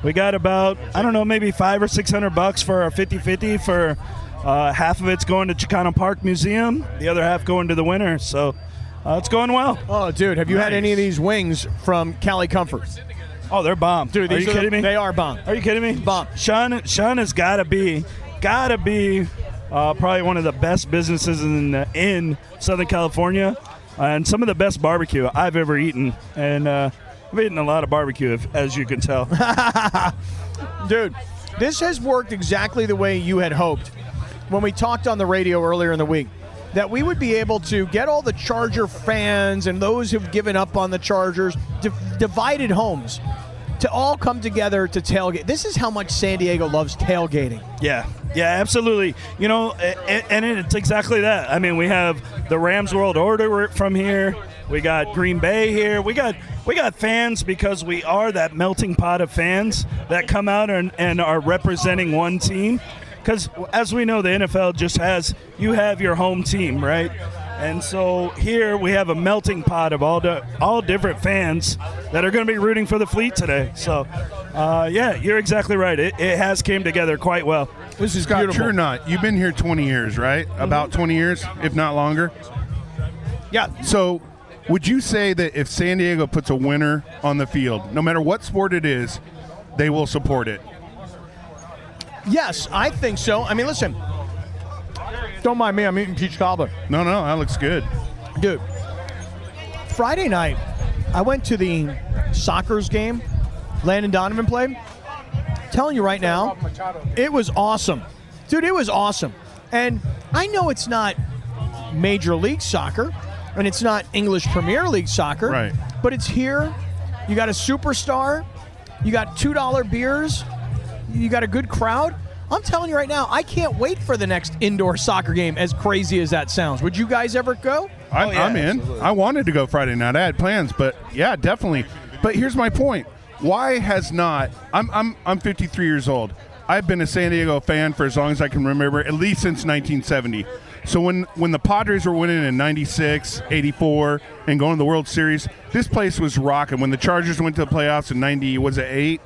Speaker 18: we got about I don't know, maybe five or six hundred bucks for our 50-50 for. Uh, half of it's going to Chicano Park Museum, the other half going to the winner. So uh, it's going well.
Speaker 2: Oh, dude, have you had any of these wings from Cali Comfort?
Speaker 18: Oh, they're bomb.
Speaker 2: Dude,
Speaker 18: are
Speaker 2: these
Speaker 18: you
Speaker 2: are the-
Speaker 18: kidding me?
Speaker 2: They are bomb.
Speaker 18: Are you kidding me? Bomb. Sean, Sean has got to be, got to be, uh, probably one of the best businesses in in Southern California, uh, and some of the best barbecue I've ever eaten. And uh, I've eaten a lot of barbecue, if, as you can tell.
Speaker 2: Dude, this has worked exactly the way you had hoped when we talked on the radio earlier in the week. That we would be able to get all the Charger fans and those who've given up on the Chargers, di- divided homes, to all come together to tailgate. This is how much San Diego loves tailgating.
Speaker 18: Yeah, yeah, absolutely. You know, and, and it's exactly that. I mean, we have the Rams World Order from here. We got Green Bay here. We got we got fans because we are that melting pot of fans that come out and, and are representing one team. because as we know, the NFL just has you have your home team, right? And so here we have a melting pot of all the all different fans that are going to be rooting for the fleet today. So, uh, yeah, you're exactly right. It, it has came together quite well.
Speaker 8: This is Scott, true or not? You've been here 20 years, right? About 20 years, if not longer. Yeah. So, would you say that if San Diego puts a winner on the field, no matter what sport it is, they will support it?
Speaker 2: Yes, I think so. I mean, listen, don't mind me. I'm eating peach cobbler.
Speaker 8: No, no, that looks good.
Speaker 2: Dude, Friday night, I went to the soccer's game. Landon Donovan played. Telling you right now, it was awesome. Dude, it was awesome. And I know it's not Major League Soccer and it's not English Premier League Soccer,
Speaker 8: Right.
Speaker 2: but it's here. You got a superstar, you got $2 beers, you got a good crowd. I'm telling you right now, I can't wait for the next indoor soccer game, as crazy as that sounds. Would you guys ever go?
Speaker 8: I'm, I'm in. I wanted to go Friday night. I had plans, but yeah, definitely. But here's my point: Why has not? I'm I'm I'm 53 years old. I've been a San Diego fan for as long as I can remember, at least since 1970. So when when the Padres were winning in 96, 84, and going to the World Series, this place was rocking. When the Chargers went to the playoffs in 90, was it eight?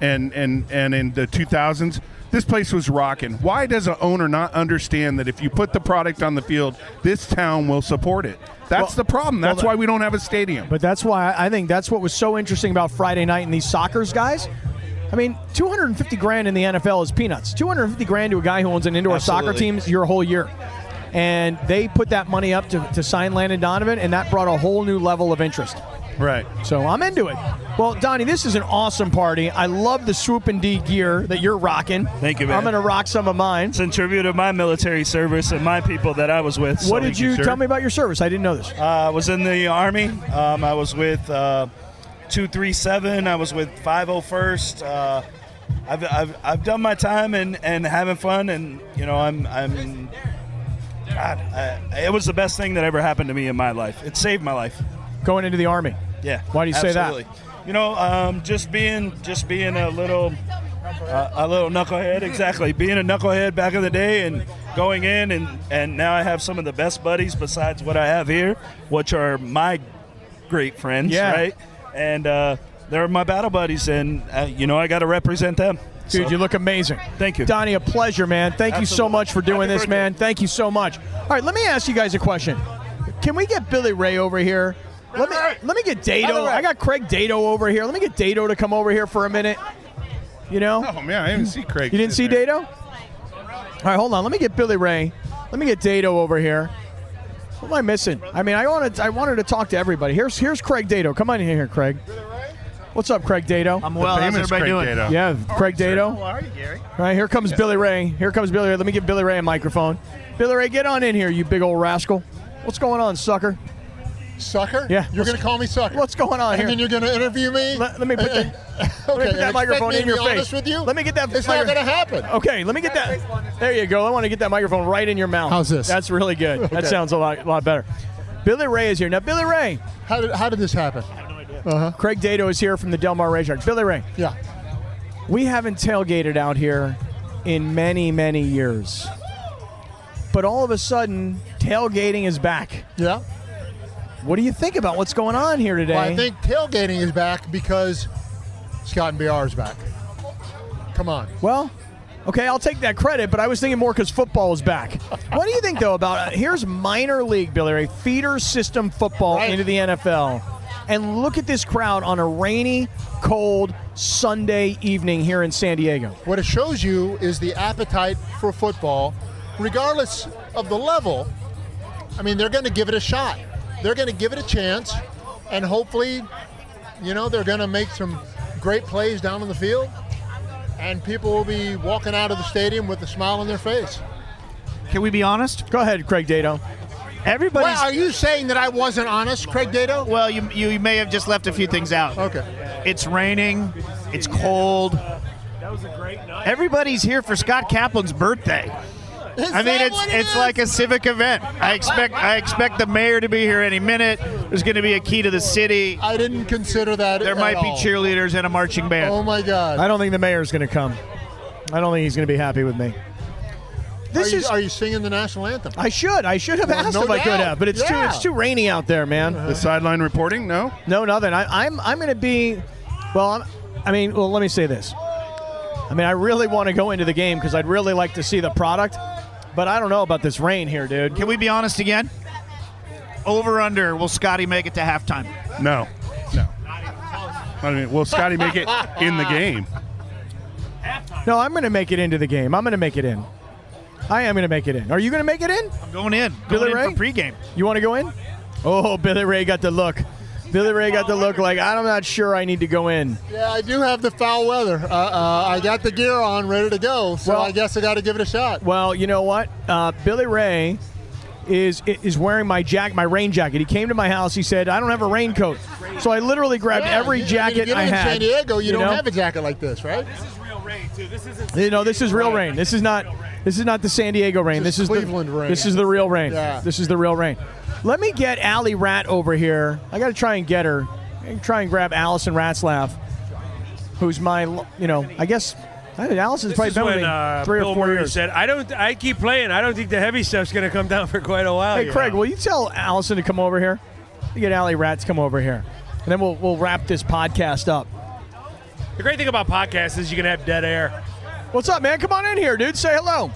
Speaker 8: and and and in the 2000s this place was rocking why does an owner not understand that if you put the product on the field this town will support it that's the problem that's why we don't have a stadium
Speaker 2: But that's why I think that's what was so interesting about Friday night and these soccer's guys. I mean, 250 grand in the NFL is peanuts. 250 grand to a guy who owns an indoor soccer
Speaker 19: Absolutely.
Speaker 2: team is your whole year. And they put that money up to, to sign Landon Donovan, and that brought a whole new level of interest.
Speaker 8: Right.
Speaker 2: So I'm into it. Well, Donnie, this is an awesome party. I love the swoop and D gear that you're rocking.
Speaker 18: Thank you, man.
Speaker 2: I'm going to rock some of mine.
Speaker 18: It's in tribute to my military service and my people that I was with.
Speaker 2: What did you tell me about your service? I didn't know this.
Speaker 18: Uh, I was in the Army. Um, I was with uh, 237. I was with 501st. Uh, I've, I've, I've done my time and, and having fun, and, you know, I'm. I'm God, I, it was the best thing that ever happened to me in my life. It saved my life.
Speaker 2: Going into the Army.
Speaker 18: Yeah.
Speaker 2: Why do you say that?
Speaker 18: say that? You know, um, just being just being a little uh, a little knucklehead. Exactly, being a knucklehead back in the day, and going in, and and now I have some of the best buddies besides what I have here, which are my great friends,
Speaker 2: Yeah.
Speaker 18: right? And uh, they're my battle buddies, and uh, you know I got to represent them.
Speaker 2: Dude, you look amazing.
Speaker 18: Thank you,
Speaker 2: Donnie. A pleasure, man. Thank you so
Speaker 18: Absolutely.
Speaker 2: much for doing
Speaker 18: Happy
Speaker 2: this,
Speaker 18: birthday.
Speaker 2: man. Thank you so much. All right, let me ask you guys a question. Can we get Billy Ray over here? Let me let me get Dado. I got Craig Dado over here. Let me get Dado to come over here for a minute. You know?
Speaker 8: Oh man, I didn't see Craig.
Speaker 2: You didn't see
Speaker 8: sitting there.
Speaker 2: Dado? All right, hold on. Let me get Billy Ray. Let me get Dado over here. What am I missing? I mean, I wanted I wanted to talk to everybody. Here's here's Craig Dado. Come on in here, Craig. What's up, Craig Dado? I'm
Speaker 20: The well. How's famous everybody Craig doing? Dado.
Speaker 2: Yeah, Craig Dado.
Speaker 20: How are you, Gary?
Speaker 2: All right, here comes Billy Ray. Here comes Billy Ray. Let me give Billy Ray a microphone. Billy Ray, get on in here, you big old rascal. What's going on, sucker?
Speaker 21: Sucker?
Speaker 2: Yeah.
Speaker 21: You're going to call me sucker?
Speaker 2: What's going on
Speaker 21: and
Speaker 2: here?
Speaker 21: then you're going to interview me?
Speaker 2: Let, let me put
Speaker 21: Uh,
Speaker 2: the, let me
Speaker 21: okay,
Speaker 2: put that
Speaker 21: and
Speaker 2: microphone
Speaker 21: expect me
Speaker 2: in
Speaker 21: to
Speaker 2: your
Speaker 21: be
Speaker 2: face.
Speaker 21: honest with you?
Speaker 2: Let me get that.
Speaker 21: It's not
Speaker 2: micro-
Speaker 21: gonna happen.
Speaker 2: Okay, let me get that. There you go. I want to get that microphone right in your mouth.
Speaker 21: How's this?
Speaker 2: That's really good. That
Speaker 21: Okay.
Speaker 2: sounds a lot, lot better. Billy Ray is here now. Billy Ray.
Speaker 21: How did how did this happen?
Speaker 2: Uh-huh. Craig Dado is here from the Del Mar Rageards. Billy Ray.
Speaker 21: Yeah.
Speaker 2: We haven't tailgated out here in many, many years. But all of a sudden, tailgating is back.
Speaker 21: Yeah.
Speaker 2: What do you think about what's going on here today?
Speaker 21: Well, I think tailgating is back because Scott and BR is back. Come on.
Speaker 2: Well, okay, I'll take that credit, but I was thinking more because football is back. what do you think, though, about uh, here's minor league, Billy Ray, feeder system football into the NFL. And look at this crowd on a rainy, cold Sunday evening here in San Diego.
Speaker 21: What it shows you is the appetite for football, regardless of the level. I mean, they're going to give it a shot. They're going to give it a chance, and hopefully, you know, they're going to make some great plays down on the field, and people will be walking out of the stadium with a smile on their face.
Speaker 20: Can we be honest?
Speaker 2: Go ahead, Craig Dado.
Speaker 20: Everybody.
Speaker 21: Well, are you saying that I wasn't honest, Craig Dado?
Speaker 20: Well, you, you may have just left a few things out.
Speaker 21: Okay.
Speaker 20: It's raining. It's cold. That was a great night. Everybody's here for Scott Kaplan's birthday. I mean, it's it's like a civic event. I expect I expect the mayor to be here any minute. There's going to be a key to the city.
Speaker 21: I didn't consider that.
Speaker 20: There
Speaker 21: at
Speaker 20: might be
Speaker 21: all.
Speaker 20: cheerleaders and a marching band.
Speaker 21: Oh my God!
Speaker 2: I don't think the mayor's going to come. I don't think he's going to be happy with me. This
Speaker 21: are you,
Speaker 2: is-
Speaker 21: are you singing the national anthem?
Speaker 2: I should. I should have
Speaker 21: Well,
Speaker 2: asked
Speaker 21: no
Speaker 2: if I could
Speaker 21: doubt.
Speaker 2: have, but it's too
Speaker 21: Yeah.
Speaker 2: it's too rainy out there, man.
Speaker 21: The
Speaker 22: sideline reporting? No.
Speaker 2: No, nothing. I, I'm I'm going to be. Well, I'm, I mean, well, let me say this. I mean, I really want to go into the game because I'd really like to see the product, but I don't know about this rain here, dude.
Speaker 20: Can we be honest again? Over under. Will Scotty make it to halftime?
Speaker 22: No. No. I mean, will Scotty make it in the game?
Speaker 2: No, I'm going to make it into the game. I'm going to make it in. I am going to make it in. Are you going to make it in? I'm
Speaker 20: going in.
Speaker 2: Billy
Speaker 20: Going
Speaker 2: Ray
Speaker 20: in for pregame.
Speaker 2: You want to go in? Oh, Billy Ray got the look. Billy Ray got the look like I'm not sure I need to go in.
Speaker 21: Yeah, I do have the foul weather. Uh, uh, I got the gear on, ready to go. So I guess I got to give it a shot.
Speaker 2: Well, you know what? Uh, Billy Ray is is wearing my jack, my rain jacket. He came to my house. He said, "I don't have a raincoat," so I literally grabbed
Speaker 21: Yeah,
Speaker 2: every
Speaker 21: you- I, mean,
Speaker 2: jacket I,
Speaker 21: if you live in
Speaker 2: had.
Speaker 21: San Diego, you, don't
Speaker 2: know?
Speaker 21: have a jacket like this, right?
Speaker 2: You know, this is real rain. This is not. This is not the San Diego rain.
Speaker 21: This
Speaker 2: This
Speaker 21: is
Speaker 2: is
Speaker 21: Cleveland
Speaker 2: the,
Speaker 21: rain.
Speaker 2: This is the real rain.
Speaker 21: Yeah.
Speaker 2: This is the real rain. Let me get Allie Rat over here. I got to try and get her. I can try and grab Allison Ratzlaff, who's my, you know, I guess I think Allison's
Speaker 9: This
Speaker 2: probably
Speaker 9: is
Speaker 2: been
Speaker 9: when
Speaker 2: with me
Speaker 9: uh,
Speaker 2: three
Speaker 9: Bill
Speaker 2: or four
Speaker 9: Murray
Speaker 2: years.
Speaker 9: said, "I don't. I keep playing. I don't think the heavy stuff's going to come down for quite a while."
Speaker 2: Hey,
Speaker 9: you
Speaker 2: Craig,
Speaker 9: know.
Speaker 2: will you tell Allison to come over here? You get Allie Rat to come over here, and then we'll we'll wrap this podcast up.
Speaker 9: The great thing about podcasts is you can have dead air.
Speaker 2: What's up, man? Come on in here, dude. Say hello.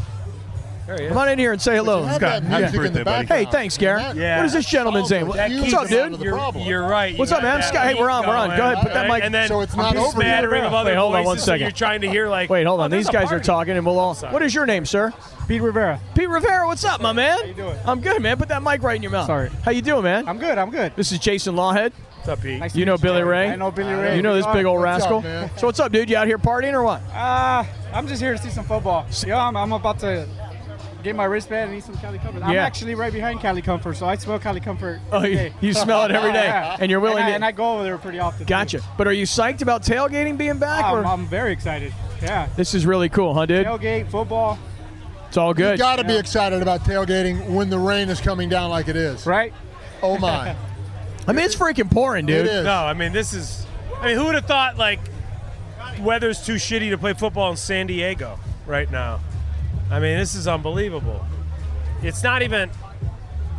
Speaker 2: Come on in here and say hello.
Speaker 9: you have that Scott, music happy in the birthday, buddy.
Speaker 2: Hey, thanks, Garrett.
Speaker 9: Yeah.
Speaker 2: What is this gentleman's name?
Speaker 9: That
Speaker 2: What's
Speaker 9: keeps
Speaker 2: up,
Speaker 9: us out
Speaker 2: dude?
Speaker 9: of the You're- problem. you're right.
Speaker 2: What's
Speaker 9: You
Speaker 2: up,
Speaker 9: got
Speaker 2: man?
Speaker 9: that
Speaker 2: Scott, hey, we're on.
Speaker 9: beat
Speaker 2: We're on. Go
Speaker 9: going,
Speaker 2: ahead, put that
Speaker 9: right?
Speaker 2: mic.
Speaker 9: And then So it's not a over yet. smattering of other
Speaker 2: Wait, hold on one
Speaker 9: voices, so
Speaker 2: second.
Speaker 9: you're trying to hear, like,
Speaker 2: Wait, hold
Speaker 9: oh,
Speaker 2: on.
Speaker 9: there's
Speaker 2: These
Speaker 9: a
Speaker 2: guys are
Speaker 9: party.
Speaker 2: talking, and we'll all. What is your name, sir? Pete Rivera. Pete Rivera, what's up, my man? How you doing? I'm good, man. Put that mic right in your mouth.
Speaker 15: Sorry.
Speaker 2: How you doing, man? I'm good. I'm good. This is Jason Lawhead. What's
Speaker 9: up, Pete?
Speaker 15: Nice to
Speaker 2: you know
Speaker 15: meet you,
Speaker 2: Billy
Speaker 15: Jerry.
Speaker 2: Ray.
Speaker 15: I know Billy Ray.
Speaker 2: You know this big old
Speaker 15: What's up,
Speaker 2: rascal.
Speaker 15: man?
Speaker 2: so what's up, dude? You out here partying or what?
Speaker 15: Uh, I'm just here to see some football. Yeah, I'm, I'm about to get my wristband and eat some Cali Comfort. I'm
Speaker 2: Yeah.
Speaker 15: actually right behind Cali Comfort, so I smell Cali Comfort.
Speaker 2: Oh,
Speaker 15: every
Speaker 2: you-
Speaker 15: day.
Speaker 2: you smell it every day,
Speaker 15: Yeah.
Speaker 2: and you're willing
Speaker 15: I-
Speaker 2: to-
Speaker 15: And I go over there pretty often.
Speaker 2: Gotcha. But are you psyched about tailgating being back?
Speaker 15: I'm,
Speaker 2: or?
Speaker 15: I'm very excited. Yeah.
Speaker 2: This is really cool, huh, dude?
Speaker 15: Tailgate, football.
Speaker 2: It's all good.
Speaker 21: You got to be excited about tailgating when the rain is coming down like it is.
Speaker 15: Right?
Speaker 21: Oh my.
Speaker 2: I mean, it's freaking pouring, dude.
Speaker 9: No, I mean this is. I mean, who would have thought like weather's too shitty to play football in San Diego right now? I mean, this is unbelievable. It's not even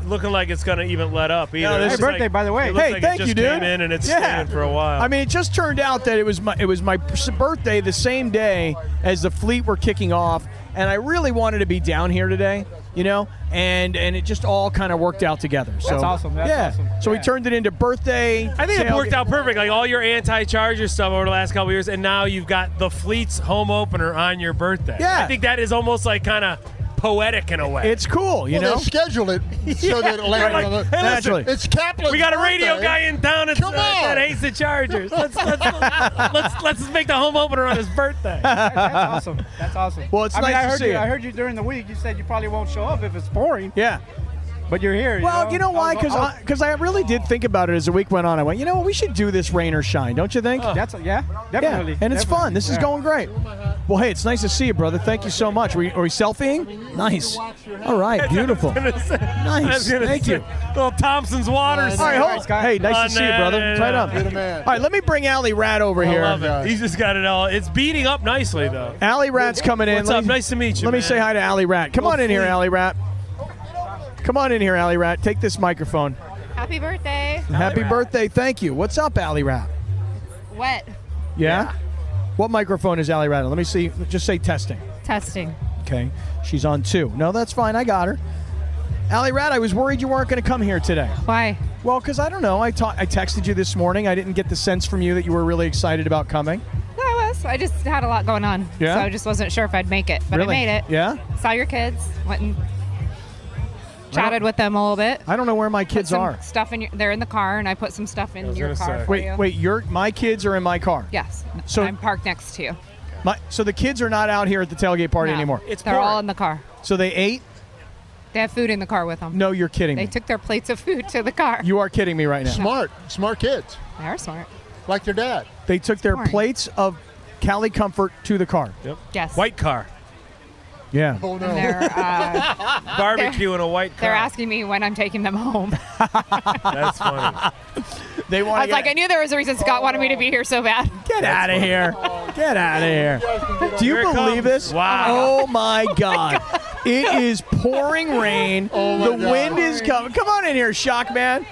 Speaker 9: looking like it's going to even let up either.
Speaker 2: No, this
Speaker 9: It's
Speaker 2: is
Speaker 9: like-
Speaker 2: like-
Speaker 9: It looks
Speaker 2: Hey,
Speaker 9: like
Speaker 2: thank
Speaker 9: it just
Speaker 2: you, dude.
Speaker 9: Came in and it's
Speaker 2: Yeah.
Speaker 9: staying for a while.
Speaker 2: I mean, it just turned out that it was my it was my s- birthday the same day as the fleet were kicking off, and I really wanted to be down here today, you know, and and it just all kind of worked out together. So
Speaker 15: That's awesome. That's
Speaker 2: yeah.
Speaker 15: awesome.
Speaker 2: So we turned it into birthday.
Speaker 9: I think it
Speaker 2: tailgate.
Speaker 9: worked out perfect. Like all your anti-Charger stuff over the last couple years, and now you've got the Fleet's home opener on your birthday.
Speaker 21: Yeah.
Speaker 9: I think that is almost like kind of poetic in a way.
Speaker 2: It's cool,
Speaker 21: well, They scheduled it so that it landed
Speaker 9: Like,
Speaker 21: on the.
Speaker 9: hey, listen,
Speaker 21: it's Kaplan's
Speaker 9: We got a
Speaker 21: birthday.
Speaker 9: radio guy in town that's,
Speaker 21: Come
Speaker 9: uh,
Speaker 21: on.
Speaker 9: that hates the Chargers. Let's let's, let's let's make the home opener on his birthday.
Speaker 15: That's awesome. That's awesome.
Speaker 9: Well, it's
Speaker 15: I
Speaker 9: nice
Speaker 15: mean, I
Speaker 9: to
Speaker 15: heard
Speaker 9: see
Speaker 15: you,
Speaker 9: it.
Speaker 15: I heard you during the week. You said you probably won't show up if it's pouring.
Speaker 2: Yeah.
Speaker 15: But you're here.
Speaker 2: Well, you know
Speaker 15: I
Speaker 2: why?
Speaker 15: was-
Speaker 2: Because
Speaker 15: I was-
Speaker 2: because I, really did think about it as the week went on. I went, you know what? We should do this rain or shine, don't you think?
Speaker 15: That's yeah, definitely.
Speaker 2: Yeah, and it's fun. This is
Speaker 15: definitely.
Speaker 2: going great. Well, hey, it's nice to see you, brother. Thank you so much. Are we, are we selfieing? Nice. All right, beautiful.
Speaker 9: I
Speaker 2: Nice.
Speaker 9: was gonna
Speaker 2: Thank
Speaker 9: say,
Speaker 2: you.
Speaker 9: Little Thompson's
Speaker 21: Uh,
Speaker 9: water.
Speaker 2: All right, hold on. Hey, nice to see you, brother. Right up. All right, let me bring Allie Rat over here.
Speaker 9: I love it. He's just got it all. It's beating up nicely though.
Speaker 2: Allie Rat's coming in.
Speaker 9: What's
Speaker 2: Let
Speaker 9: up?
Speaker 2: me-
Speaker 9: Nice to meet you.
Speaker 2: Let me
Speaker 9: man.
Speaker 2: say hi to Allie Rat. Come on in here, Allie Rat. Come on in here, Allie Rat. Take this microphone.
Speaker 23: Happy birthday.
Speaker 2: Happy birthday. Thank you. What's up, Allie Rat?
Speaker 23: Wet.
Speaker 2: Yeah? What microphone is Allie Rat on? Let me see. Just say testing.
Speaker 23: Testing.
Speaker 2: Okay. She's on two. No, that's fine. I got her. Allie Rat, I was worried you weren't going to come here today.
Speaker 23: Why?
Speaker 2: Well, because I don't know. I, ta- I texted you this morning. I didn't get the sense from you that you were really excited about coming.
Speaker 23: No, I was. I just had a lot going on.
Speaker 2: Yeah?
Speaker 23: So I just wasn't sure if I'd make it, but
Speaker 2: Really?
Speaker 23: I made it.
Speaker 2: Yeah?
Speaker 23: Saw your kids. Went and chatted with them a little bit.
Speaker 2: I don't know where my kids
Speaker 23: Some
Speaker 2: are.
Speaker 23: Stuff in your, they're in the car, and I put some stuff in your car. For
Speaker 2: Wait,
Speaker 23: you.
Speaker 2: wait. Your my kids are in my car.
Speaker 23: Yes.
Speaker 2: So-
Speaker 23: I'm parked next to you.
Speaker 2: My, so the kids are not out here at the tailgate party
Speaker 23: No.
Speaker 2: anymore.
Speaker 23: they're all in the car.
Speaker 2: So they ate?
Speaker 23: They have food in the car with them.
Speaker 2: No, you're kidding
Speaker 23: They
Speaker 2: me.
Speaker 23: took their plates of food to the car.
Speaker 2: You are kidding me right now.
Speaker 21: Smart, smart kids.
Speaker 23: They are smart.
Speaker 21: Like their dad.
Speaker 2: They took their
Speaker 23: Smart.
Speaker 2: plates of Cali Comfort to the car.
Speaker 9: Yep.
Speaker 23: Yes.
Speaker 9: White car.
Speaker 2: Yeah.
Speaker 21: Oh
Speaker 23: And They're, uh,
Speaker 9: Barbecue in a white
Speaker 23: They're
Speaker 9: car.
Speaker 23: asking me when I'm taking them home.
Speaker 9: That's funny.
Speaker 2: They
Speaker 23: I
Speaker 2: want
Speaker 23: was
Speaker 2: to
Speaker 23: like, I knew there was a reason Scott wanted me to be here so bad.
Speaker 2: Get out of here. Get out of here. Do you believe this? Wow. Oh my Oh God. It is pouring rain.
Speaker 21: my
Speaker 2: the
Speaker 21: God.
Speaker 2: wind is coming. Come on in here, Shock Man.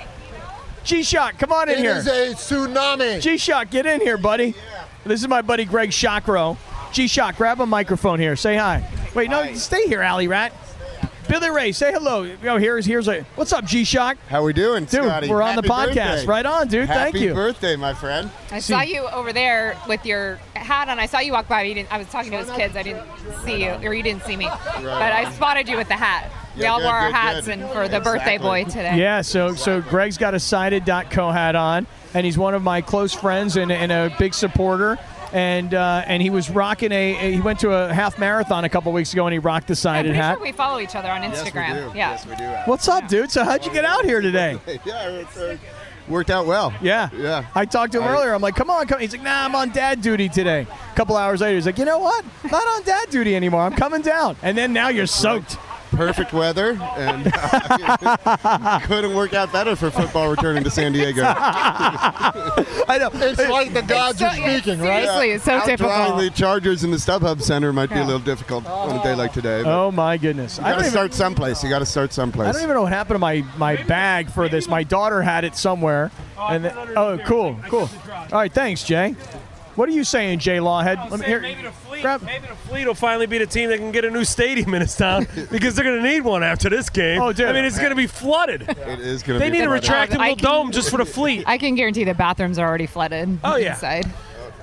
Speaker 2: G Shock, come on in
Speaker 21: It
Speaker 2: here.
Speaker 21: is a tsunami.
Speaker 2: G Shock, get in here, buddy. This is my buddy Greg Shockro. G Shock, grab a microphone here. Say hi. Wait, no, stay here, Alley Rat. Billy Ray, say hello. Yo, here's here's a what's up, G Shock?
Speaker 24: How we doing,
Speaker 2: dude?
Speaker 24: Scotty?
Speaker 2: We're on the
Speaker 24: Happy
Speaker 2: podcast,
Speaker 24: birthday.
Speaker 2: right on, dude.
Speaker 24: Happy
Speaker 2: Thank you.
Speaker 24: birthday, my friend.
Speaker 23: I saw you over there with your hat on. I saw you walk by. But you didn't, I was talking to his kids. I didn't see you, or you didn't see me. But I spotted you with the hat. we
Speaker 24: Yeah,
Speaker 23: all
Speaker 24: good,
Speaker 23: wore our
Speaker 24: good,
Speaker 23: hats
Speaker 24: good.
Speaker 23: and for the birthday boy today.
Speaker 2: Yeah, so so Greg's got a sided.co hat on, and he's one of my close friends and, and a big supporter. And uh, and he was rocking a, a- he went to a half marathon a couple weeks ago and he rocked the
Speaker 23: I'm
Speaker 2: sided
Speaker 23: pretty
Speaker 2: hat.
Speaker 23: sure we follow each other on
Speaker 24: Yes, we
Speaker 23: Instagram.
Speaker 24: do.
Speaker 23: Yeah.
Speaker 24: Yes, we do.
Speaker 2: What's up, dude? So how'd you get out here today?
Speaker 24: yeah, it's, uh,
Speaker 2: Worked out well. Yeah. Yeah. I talked to him
Speaker 24: I-
Speaker 2: earlier. I'm like, come on, come. He's like, nah, I'm on dad duty today. A couple hours later, he's like, you know what? Not on dad duty anymore. I'm coming down. And then now you're soaked.
Speaker 24: perfect weather, and uh, couldn't work out better for football returning to San Diego.
Speaker 21: I
Speaker 24: know.
Speaker 21: It's like the gods are speaking, right?
Speaker 24: Outdrawing the Chargers in the StubHub Center might be a little difficult on a day like today. but
Speaker 2: Oh my goodness!
Speaker 24: You
Speaker 2: I
Speaker 24: got
Speaker 2: don't
Speaker 24: to
Speaker 2: even-
Speaker 24: start someplace. You got to start someplace.
Speaker 2: I don't even know what happened to my, my bag for this. My daughter had it somewhere. and then- oh, cool, cool. All right, thanks, Jay. What are you saying, Jay Lawhead? Let me hear.
Speaker 9: Maybe the Fleet, maybe the Fleet will finally be the team that can get a new stadium in this town because they're going to need one after this game.
Speaker 24: Oh, dude.
Speaker 9: I mean, it's going to be flooded. It
Speaker 24: is
Speaker 9: They need a retractable
Speaker 23: I can-
Speaker 9: dome just for the Fleet.
Speaker 23: I can guarantee the bathrooms are already flooded.
Speaker 2: Oh, yeah.
Speaker 23: Inside.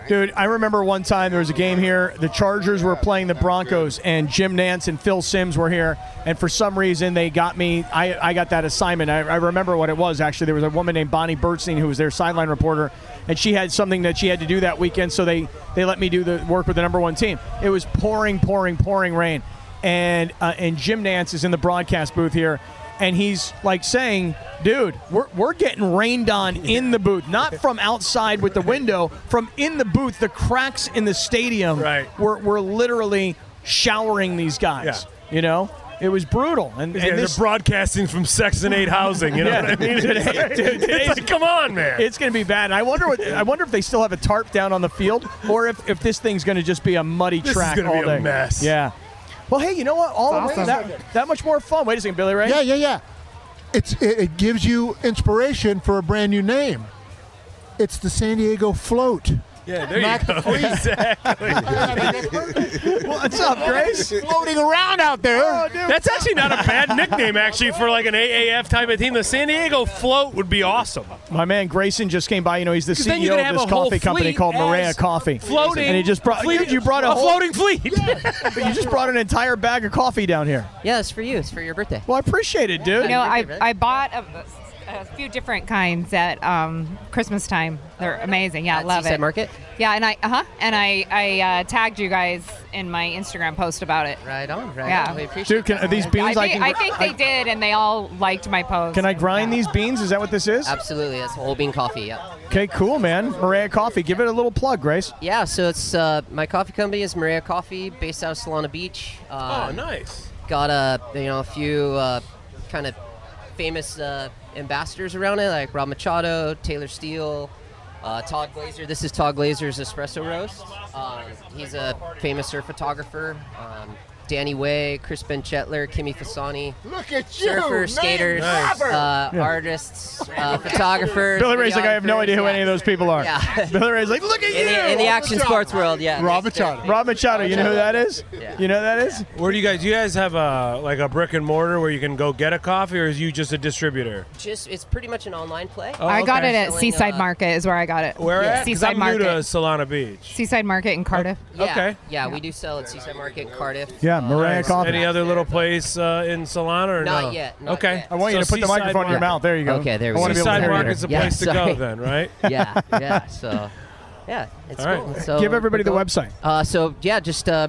Speaker 2: Dude, I remember one time there was a game here. The Chargers were playing the Broncos, and Jim Nance and Phil Sims were here. And for some reason, they got me. I, I got that assignment. I, I remember what it was, actually. There was a woman named Bonnie Bertstein who was their sideline reporter, and she had something that she had to do that weekend. So they, they let me do the work with the number one team. It was pouring, pouring, pouring rain. And, uh, and Jim Nance is in the broadcast booth here. And he's like saying, dude, we're, we're getting rained on in the booth, not from outside with the window, from in the booth. The cracks in the stadium right. were, were literally showering these guys. You know? It was brutal. And,
Speaker 9: Yeah,
Speaker 2: and
Speaker 9: they're
Speaker 2: this,
Speaker 9: broadcasting from Section 8 housing. You know
Speaker 2: Yeah.
Speaker 9: what I mean?
Speaker 2: Today-
Speaker 9: It's like,
Speaker 2: dude,
Speaker 9: it's like, come on, man.
Speaker 2: It's going to be bad. And I wonder what I wonder if they still have a tarp down on the field or if, if this thing's going to just be a muddy
Speaker 9: This is
Speaker 2: track
Speaker 9: gonna
Speaker 2: all
Speaker 9: be a
Speaker 2: day.
Speaker 9: mess.
Speaker 2: Yeah. Well, hey, you know what? All
Speaker 21: Awesome.
Speaker 2: that, that much more fun. Wait a second, Billy Ray.
Speaker 21: Yeah, yeah, yeah. It's it, it gives you inspiration for a brand new name. It's the San Diego Float.
Speaker 9: Yeah, there
Speaker 21: Not
Speaker 9: you go.
Speaker 21: the Fleet.
Speaker 2: What's up, Grace?
Speaker 21: Floating around out there.
Speaker 2: Oh,
Speaker 9: That's actually not a bad nickname, actually, for like an AAF type of team. The San Diego Float would be awesome.
Speaker 2: My man Grayson just came by. You know, he's the
Speaker 9: 'Cause then you're
Speaker 2: CEO
Speaker 9: gonna
Speaker 2: of
Speaker 9: have
Speaker 2: this
Speaker 9: a whole
Speaker 2: coffee company
Speaker 9: fleet
Speaker 2: called Maria
Speaker 9: as
Speaker 2: Coffee.
Speaker 9: floating
Speaker 2: and he just brought
Speaker 9: fleet-
Speaker 2: dude, you brought a,
Speaker 9: a
Speaker 2: whole-
Speaker 9: floating fleet.
Speaker 2: but you just brought an entire bag of coffee down here.
Speaker 4: Yeah, it's for you. It's for your birthday.
Speaker 2: Well, I appreciate it, dude.
Speaker 23: You know, I, I bought a, a few different kinds at um, Christmas time. They're amazing. Yeah, I love
Speaker 4: Oh, Seaside
Speaker 23: it.
Speaker 4: Market?
Speaker 23: Yeah, and I uh huh, and I I uh, tagged you guys in my Instagram post about it.
Speaker 4: Right on. Right.
Speaker 23: Yeah.
Speaker 4: On. We appreciate
Speaker 2: Dude, can, are these beans
Speaker 23: I
Speaker 2: I,
Speaker 23: think,
Speaker 2: can
Speaker 23: I think they did, and they all liked my post.
Speaker 2: Can I grind these beans? Is that what this is?
Speaker 4: Absolutely, it's whole bean coffee. Yeah.
Speaker 2: Okay, cool, man. Maria Coffee, give it a little plug, Grace.
Speaker 4: Yeah. So it's uh, my coffee company is Maria Coffee, based out of Solana Beach. Um,
Speaker 9: Oh, nice.
Speaker 4: Got a you know a few uh, kind of famous uh, ambassadors around it, like Rob Machado, Taylor Steele. Uh, Todd Glazer. This is Todd Glazer's espresso roast. Um, he's a famous surf photographer. Um, Danny Way, Chris Benchetler, Kimmy Fasani.
Speaker 21: Look at you,
Speaker 4: Surfers,
Speaker 21: name
Speaker 4: skaters,
Speaker 21: dropper.
Speaker 4: uh,
Speaker 2: Yeah.
Speaker 4: artists, uh, photographers.
Speaker 2: Billy Ray's like, I have no
Speaker 4: videographers,
Speaker 2: idea who
Speaker 4: yeah.
Speaker 2: any of those people are.
Speaker 4: Yeah.
Speaker 2: Billy Ray's like, look at
Speaker 4: in
Speaker 2: you.
Speaker 4: The, in the action sports world, yeah.
Speaker 2: Rob
Speaker 4: that's- that's-
Speaker 2: Machado. Rob Machado, you know who that is? You know who that is?
Speaker 9: Where do you guys? Do you guys have a like a brick and mortar where you can go get a coffee, or is you just a distributor?
Speaker 4: Just it's pretty much an online play.
Speaker 2: Oh,
Speaker 23: I got it at
Speaker 4: Selling,
Speaker 23: Seaside
Speaker 4: uh,
Speaker 23: Market is where I got it.
Speaker 9: Where at? 'Cause
Speaker 23: Seaside
Speaker 9: I'm
Speaker 23: Market.
Speaker 9: new to Solana Beach.
Speaker 23: Seaside Market in Cardiff.
Speaker 4: Oh, Yeah, okay. Yeah, we do sell at Seaside Market in Cardiff. Uh,
Speaker 2: Yeah, Maria
Speaker 9: Nice.
Speaker 2: Coffee.
Speaker 9: Any other little place uh, in Solana or
Speaker 4: Not
Speaker 9: no?
Speaker 4: yet, not
Speaker 9: okay.
Speaker 4: yet.
Speaker 2: I want you to put the microphone in your mouth. There you go.
Speaker 4: Okay, there
Speaker 2: I
Speaker 4: we
Speaker 2: want
Speaker 4: go.
Speaker 2: to be able to
Speaker 4: Seaside
Speaker 2: hear you.
Speaker 4: Market's a Yeah, place to go sorry. then,
Speaker 9: right?
Speaker 4: Yeah, yeah. So, yeah, it's
Speaker 2: All right.
Speaker 4: cool. So
Speaker 2: Give everybody the
Speaker 4: we're
Speaker 2: website.
Speaker 4: Uh, so yeah, just uh,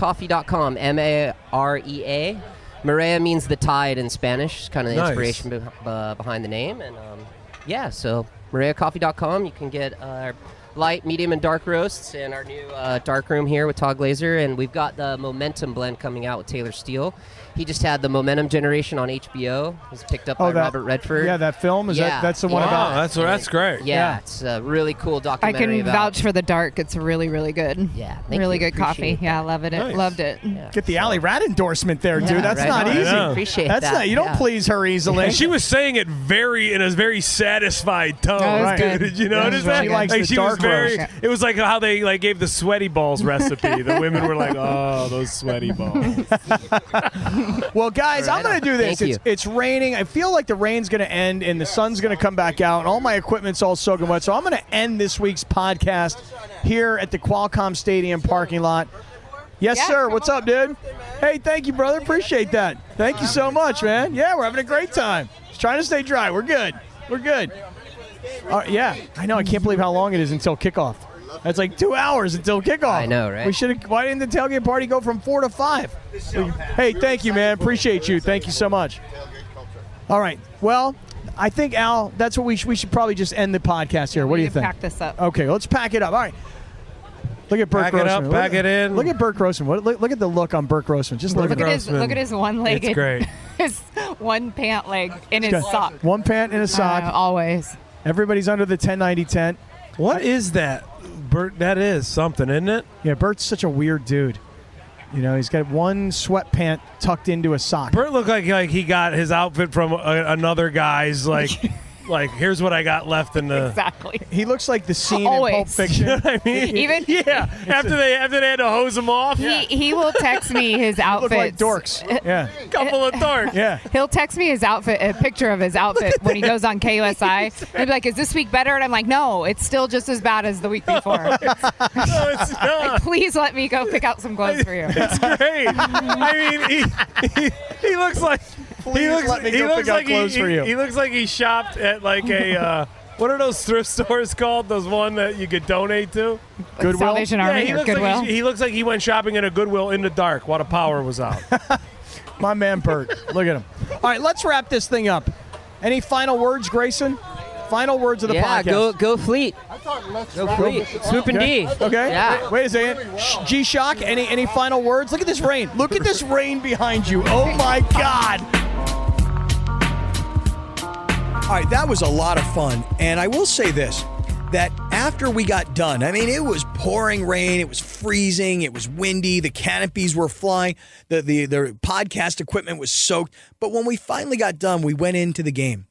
Speaker 4: MareaCoffee.com. M A R E A. Marea means the tide in Spanish. Kind of the Nice. inspiration beh- uh, behind the name, and um, yeah, so MareaCoffee.com. You can get uh, our light, medium, and dark roasts in our new uh, dark room here with Todd Glazer. And we've got the Momentum blend coming out with Taylor Steele. He just had the Momentum Generation on HBO. It was picked up by
Speaker 2: Oh, that-
Speaker 4: Robert Redford.
Speaker 2: Yeah, that film is
Speaker 4: Yeah,
Speaker 2: that. That's the one
Speaker 4: yeah.
Speaker 2: about.
Speaker 4: Yeah, it's a really cool
Speaker 23: I
Speaker 4: documentary.
Speaker 23: can
Speaker 4: about-
Speaker 23: vouch for the dark. It's really, really good.
Speaker 4: Yeah, thank
Speaker 23: really
Speaker 4: you.
Speaker 23: good coffee.
Speaker 4: Appreciate
Speaker 23: Yeah, I love it.
Speaker 4: Nice.
Speaker 23: Loved it. Yeah.
Speaker 2: Get the Alley Rat endorsement there, dude.
Speaker 23: Yeah,
Speaker 2: That's
Speaker 23: right
Speaker 2: not
Speaker 23: on. I
Speaker 2: easy.
Speaker 23: know. Appreciate
Speaker 2: That's
Speaker 23: that,
Speaker 2: not. You
Speaker 23: yeah.
Speaker 2: don't please her easily.
Speaker 17: And she was saying it very in a very satisfied tone.
Speaker 2: That was
Speaker 17: dude.
Speaker 2: good.
Speaker 17: Did you
Speaker 2: That
Speaker 17: notice
Speaker 2: was right.
Speaker 17: that?
Speaker 2: She likes
Speaker 17: like
Speaker 2: the
Speaker 17: she was
Speaker 2: dark
Speaker 17: very.
Speaker 2: roast.
Speaker 17: It was like how they like gave the sweaty balls recipe. the women were like, "Oh, those sweaty balls."
Speaker 2: Well, guys, I'm going to do this.
Speaker 17: Thank
Speaker 2: It's, it's raining. I feel like the rain's going to end and the sun's going to come back out, and all my equipment's all soaking wet. So I'm going to end this week's podcast here at the Qualcomm Stadium parking lot. Yes, sir. What's up, dude? Hey, thank you, brother. Appreciate that. Thank you so much, man. Yeah, we're having a great time. Just trying to stay dry. We're good. We're good. Uh, yeah, I know. I can't believe how long it is until kickoff. That's like two hours until kickoff. I know,
Speaker 4: right?
Speaker 2: We should. have Why didn't the tailgate party go from four to five? Hey, thank you, man. Appreciate you. Thank you so much. All right. Well, I think Al, that's what we should. We should probably just end the podcast here. What do you think?
Speaker 23: Pack this up.
Speaker 2: Okay, let's pack it up. All right. Look at Burke
Speaker 17: Pack it
Speaker 2: Grossman.
Speaker 17: up,
Speaker 2: Look-
Speaker 17: pack it in.
Speaker 2: Look at Burke Grossman. What, look, look at the look on Burke Grossman. Just look,
Speaker 23: Look at his look at his one leg.
Speaker 2: It's great.
Speaker 23: his one pant leg in
Speaker 2: He's
Speaker 23: his
Speaker 2: got
Speaker 23: sock.
Speaker 2: One pant and a sock.
Speaker 23: always.
Speaker 2: Everybody's under the 1090 tent.
Speaker 17: What is that? Bert, that is something, isn't it?
Speaker 2: Yeah, Bert's such a weird dude. You know, he's got one sweat pant tucked into a sock.
Speaker 17: Bert looked like like he got his outfit from a, another guy's. Like, like here's what I got left in the.
Speaker 23: Exactly.
Speaker 2: He looks like the scene in Pulp
Speaker 23: Always.
Speaker 2: Fiction.
Speaker 23: You know what I mean? Even-
Speaker 17: yeah, after they after they had to hose him off.
Speaker 23: He, he will text me his outfit.
Speaker 2: like dorks. Yeah.
Speaker 17: Couple of dorks.
Speaker 2: Yeah.
Speaker 23: He'll text me his outfit, a picture of his outfit when he goes on KUSI. He'll be like, "Is this week better?" And I'm like, "No, it's still just as bad as the week before." Like, please let me go pick out some clothes for you.
Speaker 17: It's great. I mean, he, he, he looks like he
Speaker 23: Please
Speaker 17: looks,
Speaker 23: let me
Speaker 17: he
Speaker 23: go
Speaker 17: looks
Speaker 23: pick out
Speaker 17: like he-
Speaker 23: clothes
Speaker 17: he,
Speaker 23: for you.
Speaker 17: He looks like he shopped at like a uh, what are those thrift stores called? Those one that you could donate to.
Speaker 23: Goodwill? Salvation Army
Speaker 17: yeah, he
Speaker 23: or
Speaker 17: looks
Speaker 23: Goodwill?
Speaker 17: Like he, he looks like he went shopping at a Goodwill in the dark while the power was out.
Speaker 2: My man Bert. Look at him. All right, let's wrap this thing up. Any final words, Grayson? Final words of the
Speaker 4: yeah,
Speaker 2: podcast.
Speaker 4: go go Fleet.
Speaker 21: I thought let's
Speaker 4: Go
Speaker 21: wrap
Speaker 4: Fleet.
Speaker 21: this up.
Speaker 4: Swoop and
Speaker 2: Okay.
Speaker 4: D.
Speaker 2: Okay.
Speaker 4: Yeah.
Speaker 2: Wait a second. G Shock, any any final words? Look at this rain. Look at this rain behind you. Oh my God.
Speaker 25: All
Speaker 2: right, that was a lot of fun. And I will say this that after we got done, I mean, it was pouring rain, it was freezing, it was windy, the canopies were flying, the, the, the podcast equipment was soaked. But when we finally got done, we went into the game.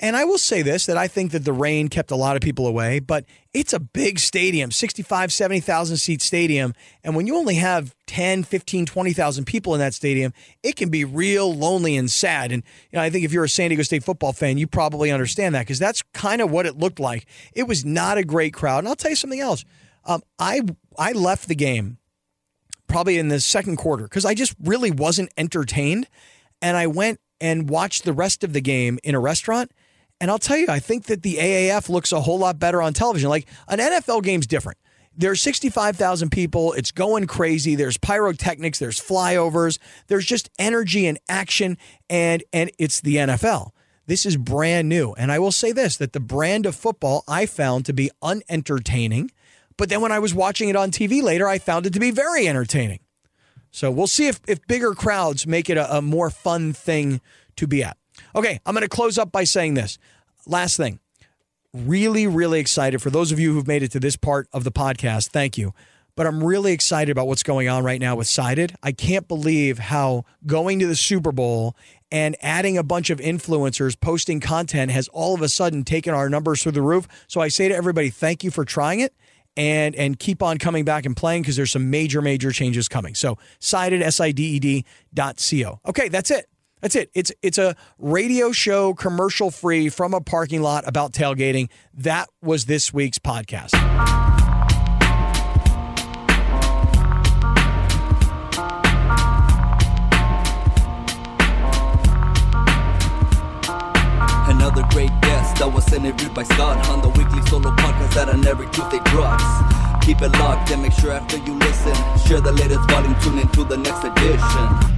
Speaker 2: And I will say this that I think that the rain kept a lot of people away, but it's a big stadium, 65, 70,000 seat stadium. And when you only have 10, 15, 20,000 people in that stadium, it can be real lonely and sad. And you know, I think if you're a San Diego State football fan, you probably understand that because that's kind of what it looked like. It was not a great crowd. And I'll tell you something else. Um, I, I left the game probably in the second quarter because I just really wasn't entertained. And I went and watched the rest of the game in a restaurant. And I'll tell you, I think that the AAF looks a whole lot better on television. Like an NFL game's different. There's 65,000 people. It's going crazy. There's pyrotechnics. There's flyovers. There's just energy and action. And, and it's the NFL. This is brand new. And I will say this that the brand of football I found to be unentertaining. But then when I was watching it on TV later, I found it to be very entertaining. So we'll see if, if bigger crowds make it a, a more fun thing to be at. Okay, I'm going to close up by saying this. Last thing. Really, really excited for those of you who've made it to this part of the podcast. Thank you. But I'm really excited about what's going on right now with Sided. I can't believe how going to the Super Bowl and adding a bunch of influencers posting content has all of a sudden taken our numbers through the roof. So I say to everybody, thank you for trying it and and keep on coming back and playing because there's some major major changes coming. So sided s i d e d dot c o. Okay, that's it. That's it. It's it's a radio show commercial free from a parking lot about tailgating. That was this week's podcast.
Speaker 5: Another great guest that was interviewed by Scott on the weekly solo podcast that I never do they drugs. Keep it locked and make sure after you listen, share the latest volume, tune into the next edition.